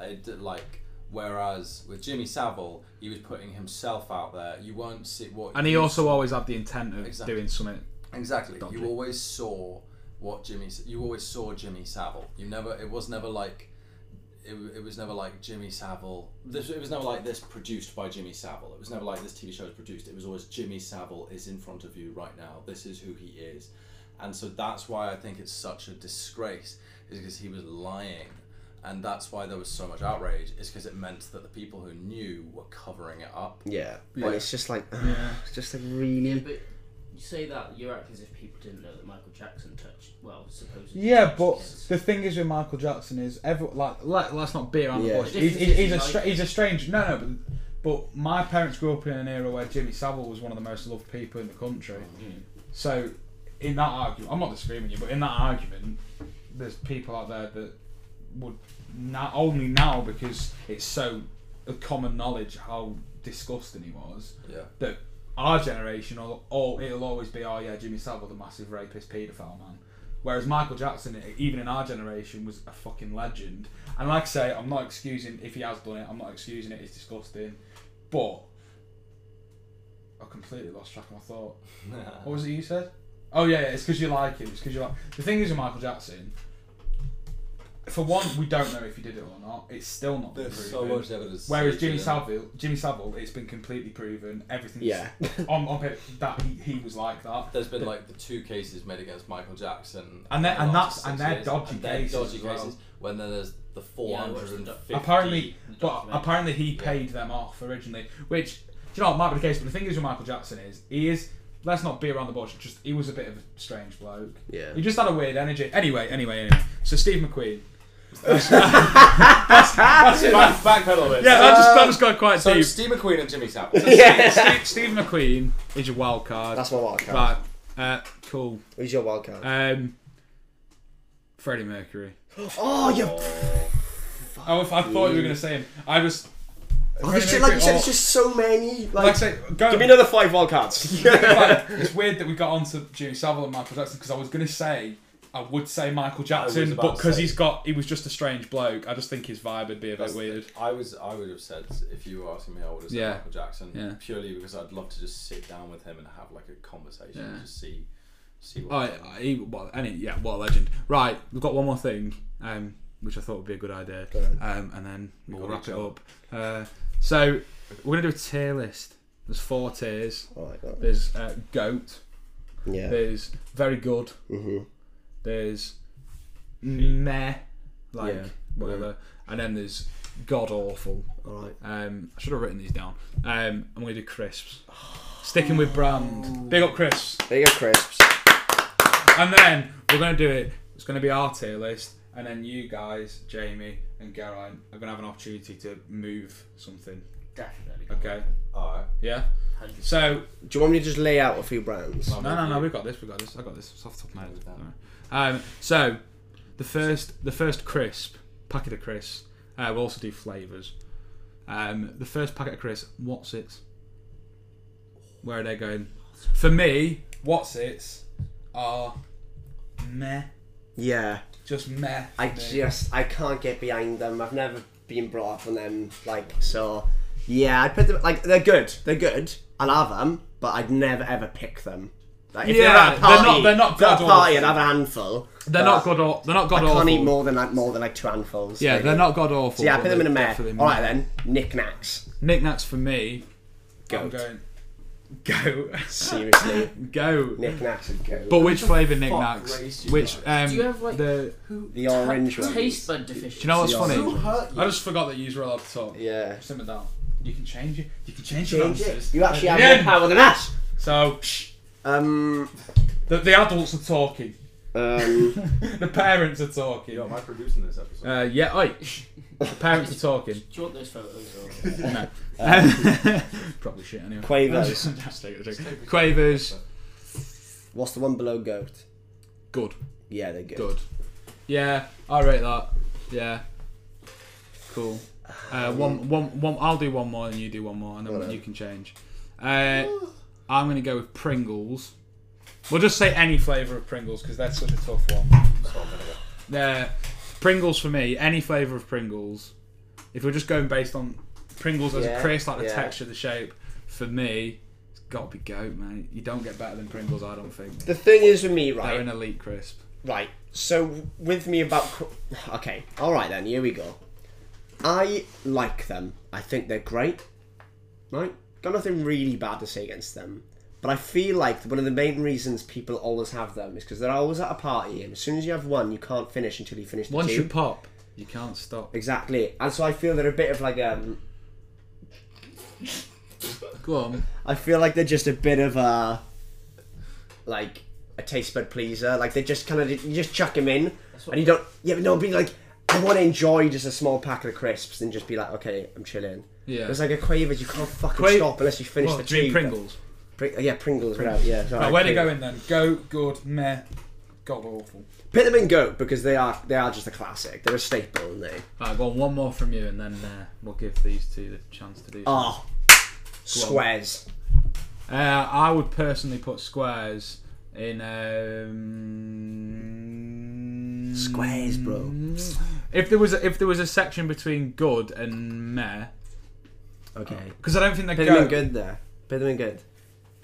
F: It, did, like whereas with Jimmy Savile, he was putting himself out there. You weren't see what
A: And he
F: you-
A: also always had the intent of
F: Exactly.
A: doing something.
F: Exactly.
A: Dodgy.
F: You always saw what Jimmy. You always saw Jimmy Savile. You never. It was never like. It, w- it was never like Jimmy Savile. This, it was never like this produced by Jimmy Savile. It was never like this TV show is produced. It was always Jimmy Savile is in front of you right now. This is who he is, and so that's why I think it's such a disgrace. Is because he was lying, and that's why there was so much outrage. Is because it meant that the people who knew were covering it up.
B: Yeah.
F: Like-
B: and it's just like, it's just like really.
C: Yeah, but you say that you act as if people didn't know that Michael Jackson touched. Well, supposedly.
A: Yeah,
C: touched
A: but
C: kids.
A: the thing is with Michael Jackson is every like let, let's not beat around
B: Yeah.
A: the bush. He's,
C: The
A: he's,
C: difference
A: he's
C: is
A: a
C: like-
A: stra- he's a strange no no. But, but my parents grew up in an era where Jimmy Savile was one of the most loved people in the country. So in that argument, I'm not disagreeing with you, but in that argument, there's people out there that would now only now because it's so a common knowledge how disgusting he was
F: Yeah.
A: that our generation or all it'll always be oh yeah Jimmy Savile the massive rapist paedophile man whereas Michael Jackson e- even in our generation was a fucking legend and like I say I'm not excusing if he has done it I'm not excusing it it's disgusting but I completely lost track of my thought what was it you said oh yeah, yeah it's because you like him it's because you like the thing is with Michael Jackson for one we don't know if he did it or not it's still not been
F: There's
A: proven.
F: so much evidence.
A: Whereas Jimmy
F: Jimmy Savile.
A: Savile, Jimmy Savile, it's been completely proven. Everything's
B: Yeah.
A: on, on it that he, he was like that.
F: There's been like the two cases made against Michael Jackson,
A: And they-
F: in the
A: and
F: last
A: that's- and
F: six
A: they're
F: years,
A: dodgy
F: and they're
A: cases
F: dodgy
A: as well.
F: cases when then there's the four
C: Yeah, I
F: hundred
C: watched
F: and
C: the
F: fifty.
A: Apparently, but
C: documentary.
A: apparently he paid them off originally. Which do you know what might be the case. But the thing is with Michael Jackson is he is. Let's not be around the bush. Just he was a bit of a strange bloke.
B: Yeah.
A: He just had a weird energy. Anyway, anyway, anyway. So Steve McQueen.
F: back, backpedal a bit.
A: Yeah, that just that just got quite
F: So
A: deep.
F: Steve McQueen and Jimmy Savile.
A: Steve, Steve McQueen is your wild card.
B: That's my wild card.
A: right. Uh, cool.
B: Who's your wild card?
A: Um, Freddie Mercury.
B: oh, you
A: Oh, if I thought you were going to say him, I was.
B: Oh,
A: Freddie
B: there's just, like you
A: Mercury
B: said,
A: or-
B: there's just so many. Like,
A: like I um, say, go.
B: give me another five wild cards.
A: like, it's weird that we got onto Jimmy Savile and Michael Jackson because I was going to say I would say Michael Jackson,
F: about
A: but
F: to
A: because
F: say-
A: he's got, he was just a strange bloke. I just think his vibe would be a bit
F: That's-
A: weird.
F: I was, I would have said if you were asking me, I would have said
A: Yeah.
F: Michael Jackson
A: Yeah.
F: purely because I'd love to just sit down with him and have like a conversation
A: Yeah.
F: to see see what.
A: Oh, yeah, he, well, any, yeah, what a legend. Right, we've got one more thing, um, which I thought would be a good idea, um, and then we'll
F: got
A: wrap
F: each
A: it
F: other.
A: up. Uh, so we're gonna do a tier list. There's four tiers.
B: I like that.
A: There's uh, goat.
B: Yeah.
A: There's very good.
B: hmm
A: There's meh, like
B: Mm. Yeah.
A: whatever, and then there's god awful.
B: All right.
A: Um, I should have written these down. Um, I'm gonna do crisps. Sticking with
B: Oh.
A: brand. Big up crisps.
B: There you go, crisps.
A: And then we're gonna do it. It's gonna be our tier list, and then you guys, Jamie and Geraint, are gonna have an opportunity to move something.
C: Definitely.
A: Okay.
F: Alright.
A: Yeah.
C: 100%.
A: So
B: Do you want me to just lay out a few brands?
A: no, no, no. We got this. We got this. I got this. It's off the top of my head. Don't worry. Um, so the first, the first crisp packet of crisps. Uh, we'll also do flavors. Um, the first packet of crisps. What's it? Where are they going? For me, what's it are meh,
B: Yeah.
A: just meh.
B: I
A: for me.
B: just I can't get behind them. I've never been brought up on them like so. Yeah, I'd put them like they're good. They're good. I love them, but I'd never ever pick them. Like, if
A: Yeah,
B: they're at
A: they're
B: a
A: not-
B: party,
A: they're not
B: they're at a
A: good
B: party. I'd
A: awful.
B: have a handful.
A: They're
B: but
A: not god. aw- They're not god
B: I can't
A: awful.
B: eat more than like more than like two handfuls.
A: Yeah,
B: really.
A: they're not god awful.
B: So yeah, I
A: but
B: put them in a
A: they're
B: mare.
A: definitely
B: All
A: meh.
B: right then, knickknacks.
A: Knickknacks for me. I'm
B: Goat.
A: going. Go,
B: Seriously,
A: go.
B: knickknacks would go.
A: But which flavour
F: race
A: knickknacks?
F: you
A: Which um,
C: Do you have, like-
A: the?
B: the orange ones.
C: Taste bud deficiency.
A: Do you know what's
B: The
A: funny?
B: orange ones.
A: I just forgot that you were allowed to talk.
B: Yeah.
A: Simmer down. You can change it. You can change,
B: Change
A: your
B: it.
A: answers.
B: You actually
A: At
B: have
A: the
B: more
A: end.
B: power than us.
A: So shh,
B: Um.
A: the, the adults are talking.
B: Um.
A: The parents are talking.
F: Am I producing this episode?
A: Uh, yeah, oi. The parents are talking.
C: Do you want those photos? Or...
A: No. Probably shit anyway.
B: Quavers.
A: Just- just take it, take it. Quavers.
B: What's the one below goat?
A: Good.
B: Yeah, they're good.
A: Good. Yeah, I rate that. Yeah. Cool. Uh,
B: Um,
A: one, one, one. I'll do one more, and you do one more, and then
B: Alright.
A: you can change. Uh, I'm gonna go with Pringles. We'll just say any flavour of Pringles because that's such a tough one. Uh, Pringles for me, any flavour of Pringles. If we're just going based on Pringles as
B: Yeah,
A: a crisp, like the
B: yeah.
A: texture, the shape, for me, it's got to be goat, man. You don't get better than Pringles, I don't think.
B: The thing is with me, right?
A: They're an elite crisp.
B: Right. So with me about. cr- Okay. All right then. Here we go. I like them. I think they're great. Right. Got nothing really bad to say against them. But I feel like one of the main reasons people always have them is because they're always at a party, and as soon as you have one, you can't finish until you finish the
A: Once
B: two.
A: you pop, you can't stop.
B: Exactly. And so I feel they're a bit of like um.
A: Go on.
B: I feel like they're just a bit of a like a taste bud pleaser. Like they just kind of you just chuck them in, and you don't. Yeah, but no, be like I want to enjoy just a small packet of crisps and just be like, okay, I'm chilling.
A: Yeah.
B: It's like a Quavers. You can't fucking
A: Qua-
B: stop unless you finish
A: Well,
B: the
A: do you mean
B: tea.
A: Pringles?
B: Pring- yeah, Pringles. Pringles. Yeah.
A: Right, where they go in then? Go, good, meh, god awful.
B: Put them in goat because they are they are just a classic. They're a staple, aren't they?
A: Alright, go on, one more from you and then uh, we'll give these two the chance to do something.
B: Oh, squares.
A: Uh, I would personally put squares in. Um,
B: Squares, bro.
A: If there was a, if there was a section between good and meh,
B: Okay.
A: because I don't think they
B: Put them
A: go.
B: in good there. Put them in good.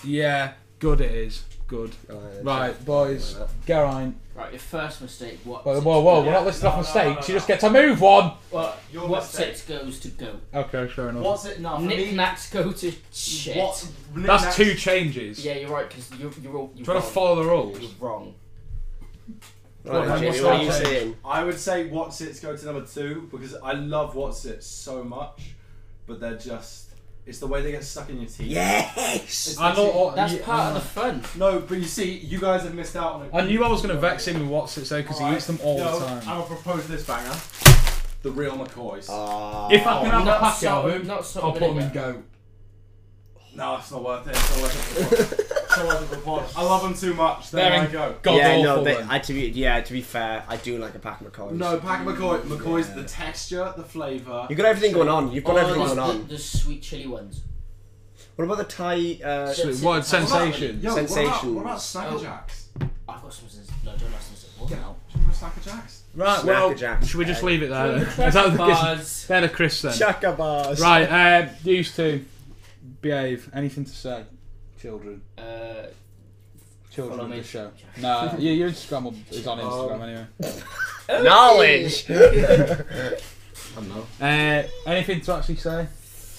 A: Yeah, good it is. Good.
B: Oh,
A: Right, boys, Geraint.
C: Right, your first mistake. What?
A: Whoa, whoa, whoa! We're
F: Yeah,
A: not listing off
F: no, no,
A: mistakes.
F: no,
A: You
F: no.
A: just get to move one.
C: What,
F: Your
C: what
F: mistake.
C: sets goes to go?
A: Okay, fair enough.
F: What's it now? For
C: Knick
F: me,
C: knacks go to shit.
F: what?
A: That's two changes.
C: Yeah, you're right. Because you're you're all you're
A: Trying to
C: wrong.
A: follow the rules.
C: You're wrong.
B: Right,
A: What-
B: Jamie,
A: what's
B: what are
A: that
B: you
A: then?
B: saying?
F: um, I would say what's it's go to number two because I love what's it so much, but they're just it's the way they get stuck in your teeth.
B: Yes.
A: I know. all-
C: That's
A: Uh, yeah,
C: part
A: I
C: of the fun.
F: No, but you see, you guys have missed out on it.
A: I knew I was going to vex him with what's it say because he
F: Alright,
A: eats them all
F: yo,
A: the time.
F: I'm gonna propose this banger. The real McCoys.
B: Uh.
A: if I can have a
C: not
A: packet
C: so-
A: of them,
C: not so
A: I'll put them in
C: vinegar.
A: go.
F: no, it's not worth it. It's not worth it. For the pod. it's not worth it for the pod. I love them too much. There
A: They're
F: I
A: in
F: go.
A: god
B: yeah,
A: awful.
B: no, they,
A: then.
B: I, to be yeah, to be fair, I do like a pack of McCoys.
F: No, Pack McCoy. McCoy's the texture, the flavour.
B: you've got everything going on. You've got
C: Oh,
B: everything
C: there's
B: going
C: The,
B: on.
C: there's sweet chili ones.
B: What about the Thai? Uh,
C: Shit.
A: Sweet- What
C: That's it.
A: sensation?
F: Yo,
B: Sensations.
F: What
B: Oh.
F: about, what about Snacker Jacks?
C: I've got some. sens- No, don't ask me. What now?
F: Do you remember Snacker Jacks?
A: Right,
B: Snacker
A: well,
B: Jacks.
A: should we just leave it there? then? Uh, Is that the Chris?
C: Bars.
A: They're the Chris then.
B: Chaka bars.
A: Right, um, these two, behave. Anything to say, children?
C: Uh,
A: Children
C: Follow
A: of
C: me. Oh.
A: the show. No, you, your Instagram will- is on Instagram anyway.
B: Oh. Knowledge.
D: I don't know.
A: Uh, anything to actually say?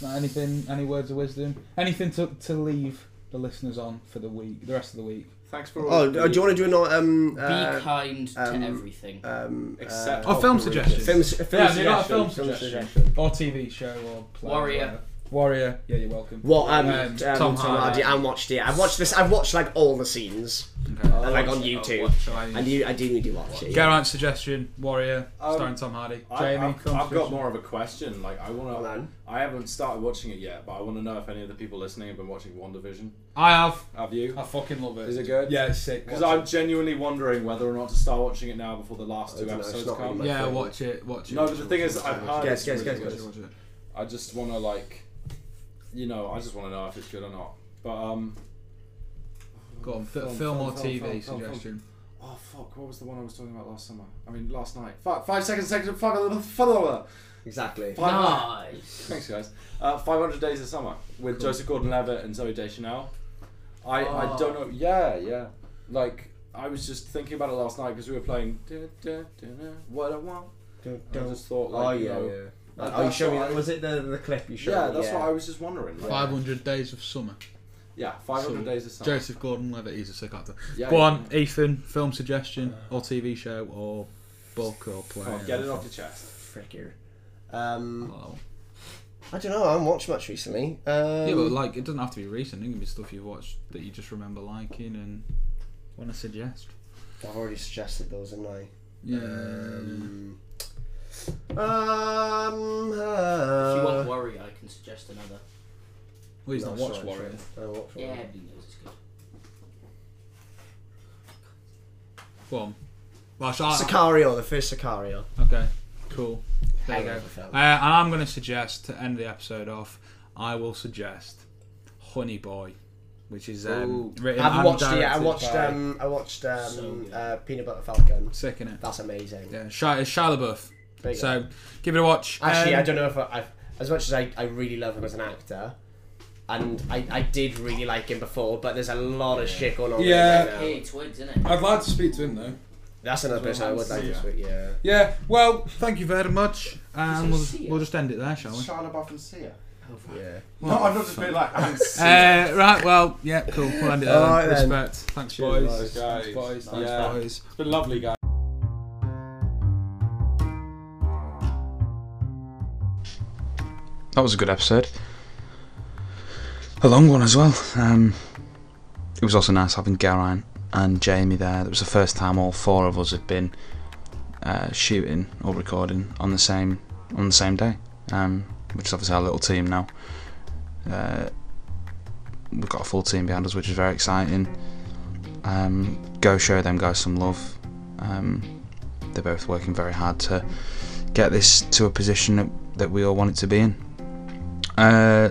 A: Not anything? Any words of wisdom? Anything to, to leave the listeners on for the week, the rest of the week?
D: Thanks for all.
B: oh, do you want to do another? Um,
C: Be
B: uh,
C: kind
B: um,
C: to everything.
B: um,
D: Except
A: Oh, film
D: Corinne.
A: suggestions.
B: film, film
A: yeah,
B: suggestion.
A: do not a film
B: Film
A: suggestion.
B: suggestion.
A: Or TV show or play,
C: Warrior.
A: whatever. Warrior. Yeah, you're welcome.
B: What um,
A: Um,
B: um,
A: Tom
B: Tom
A: Hardy.
B: Hardy and watched it. I've watched this. I've watched like all the scenes,
A: Okay.
B: like on
C: it. I'll
B: YouTube.
C: watch
A: So I
B: I do. I do need to watch it.
A: Garant's suggestion, Warrior,
D: Um,
A: starring Tom Hardy.
D: I,
A: Jamie,
D: I've,
A: film
D: I've got
A: suggestion?
D: more of a question. Like, I want
B: Hold
D: to.
B: on.
D: I haven't started watching it yet, but I want to know if any of the people listening have been watching WandaVision.
A: I have.
D: Have you?
A: I fucking love it.
D: Is it good?
A: Yeah, it's sick.
D: Because
A: Watch
D: I'm genuinely wondering whether or not to start watching it now before the last two
B: don't know, it's
D: episodes
B: not
D: come.
A: it.
B: really
A: Yeah,
B: my
A: watch it. Watch it.
D: No,
A: watch
D: but the
A: it,
D: thing
A: watch
D: is,
A: it,
D: I've heard.
B: Guess,
D: it's
B: guess, guess,
D: really good.
B: guess.
A: watch it.
D: I just want to like, you know, I just want to know if it's good or not. But um,
A: Go on, fi-
D: Film,
A: film,
D: film,
A: or
D: film,
A: TV
D: film, film,
A: suggestion.
D: oh fuck, what was the one I was talking about last summer? I mean, last night. Five, five seconds, seconds, five, five, five,
B: Exactly.
D: five
C: Nice.
D: Thanks guys. Uh, Five hundred days of summer with Joseph Gordon-Levitt and Zoe Deschanel. I I
C: Oh.
D: don't know. Yeah, yeah. Like. I was just thinking about it last night because we were playing "Da, da, da, da, What I Want.
B: Don't,
D: I
B: don't.
D: just thought, like,
B: Oh
D: you
B: yeah.
D: know,
B: yeah.
D: like,
B: oh, you
D: that's
B: showed me.
D: what
B: that-
D: I-
B: Was it the the clip you showed?
D: yeah,
B: me?
D: that's what I was just wondering. Like,
A: 500 Days of Summer.
D: Yeah, 500
A: So,
D: days of summer.
A: Joseph Gordon Levitt, he's a sick actor.
D: Yeah,
A: Go
D: yeah.
A: on, Ethan, film suggestion
B: Uh,
A: or TV show or book or play.
D: Come on, get it off your chest.
B: Frick you. Um,
A: Oh.
B: I don't know. I haven't watched much recently. Um,
A: yeah, but like it doesn't have to be recent. It can be stuff you've watched that you just remember liking and want to suggest.
B: I've already suggested those, haven't I?
A: Yeah.
B: Um, um,
C: If you
B: uh,
C: want worry, I can suggest another.
A: well, he's
B: no,
A: not watched
B: sorry,
A: Warrior.
B: sorry. I haven't watched
C: Yeah,
B: Warrior.
C: everybody knows it's good.
A: Go on. Well, shall I-
B: Sicario, the first Sicario.
A: Okay, cool. There you
B: I
A: go.
B: love the film.
A: Uh, and I'm going to suggest to end the episode off. I will suggest Honey Boy, which is um,
B: Ooh.
A: written
B: I haven't
A: and
B: watched it
A: directed
B: yet. I watched
A: by-
B: um, I watched um,
C: So good.
B: uh, Peanut Butter Falcon.
A: Sick in it.
B: That's amazing.
A: Yeah, Shia, it's Shia LaBeouf.
B: There you go.
A: So give it a watch.
B: Actually,
A: Um,
B: I don't know if I, I've, as much as I, I really love him as an actor, and I, I did really like him before, but there's a lot of shit going on. with him
A: Yeah.
B: right now.
C: Hey, twigs, innit?
A: I'd like to speak to him though.
B: that's another person I would like to speak. Yeah.
A: Yeah. Well, thank you very much, and
C: Is it
A: we'll,
C: Sia?
A: we'll just end it there, shall we?
D: Shia LaBeouf and Sia.
B: Yeah.
D: No, I'm not just being like, I didn't see it.
A: Uh, right. Well, yeah. Cool. We'll end it there.
B: All right
A: then.
B: then.
A: Respect. Thanks,
D: Cheers,
A: boys.
D: guys.
A: Thanks, boys. Thanks,
D: Yeah.
A: boys.
D: It's been lovely, guys.
E: That was a good episode. A long one as well. Um, it was also nice having Geraint and Jamie there. That was the first time all four of us had been uh, shooting or recording on the same on the same day. Um, which is obviously our little team now. Uh, we've got a full team behind us, which is very exciting. Um, go show them guys some love. Um, they're both working very hard to get this to a position that, that we all want it to be in. Uh,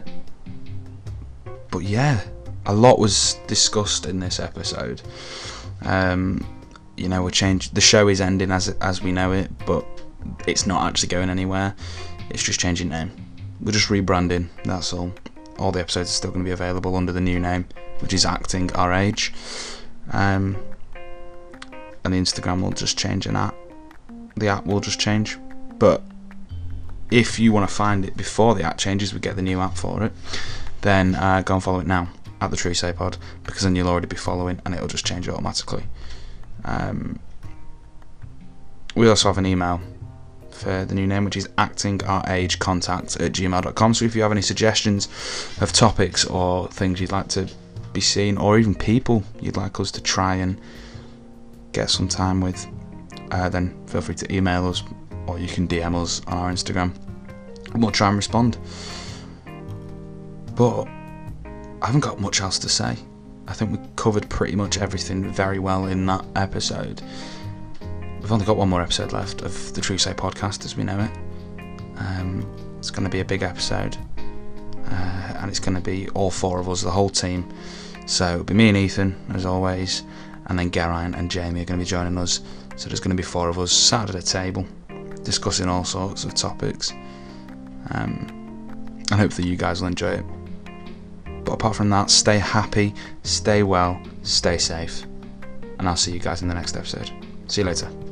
E: but yeah, a lot was discussed in this episode. Um, you know, we're changed. The show is ending as as we know it, but it's not actually going anywhere. It's just changing name. We're just rebranding. That's all. All the episodes are still going to be available under the new name, which is Acting Our Age. Um, and the Instagram will just change an app. The app will just change, but if you want to find it before the app changes, we get the new app for it, then uh, go and follow it now at the True Say Pod because then you'll already be following and it'll just change automatically. Um, we also have an email for the new name, which is actingouragecontact at gmail.com. So if you have any suggestions of topics or things you'd like to be seen, or even people you'd like us to try and get some time with, uh, then feel free to email us or you can DM us on our Instagram and we'll try and respond. But I haven't got much else to say. I think we covered pretty much everything very well in that episode. We've only got one more episode left of the True Say podcast as we know it. Um, it's going to be a big episode uh, and it's going to be all four of us, the whole team. So it'll be me and Ethan as always, and then Geraint and Jamie are going to be joining us. So there's going to be four of us sat at a table discussing all sorts of topics. Um, and hopefully, you guys will enjoy it. But apart from that, stay happy, stay well, stay safe. and I'll see you guys in the next episode. See you later.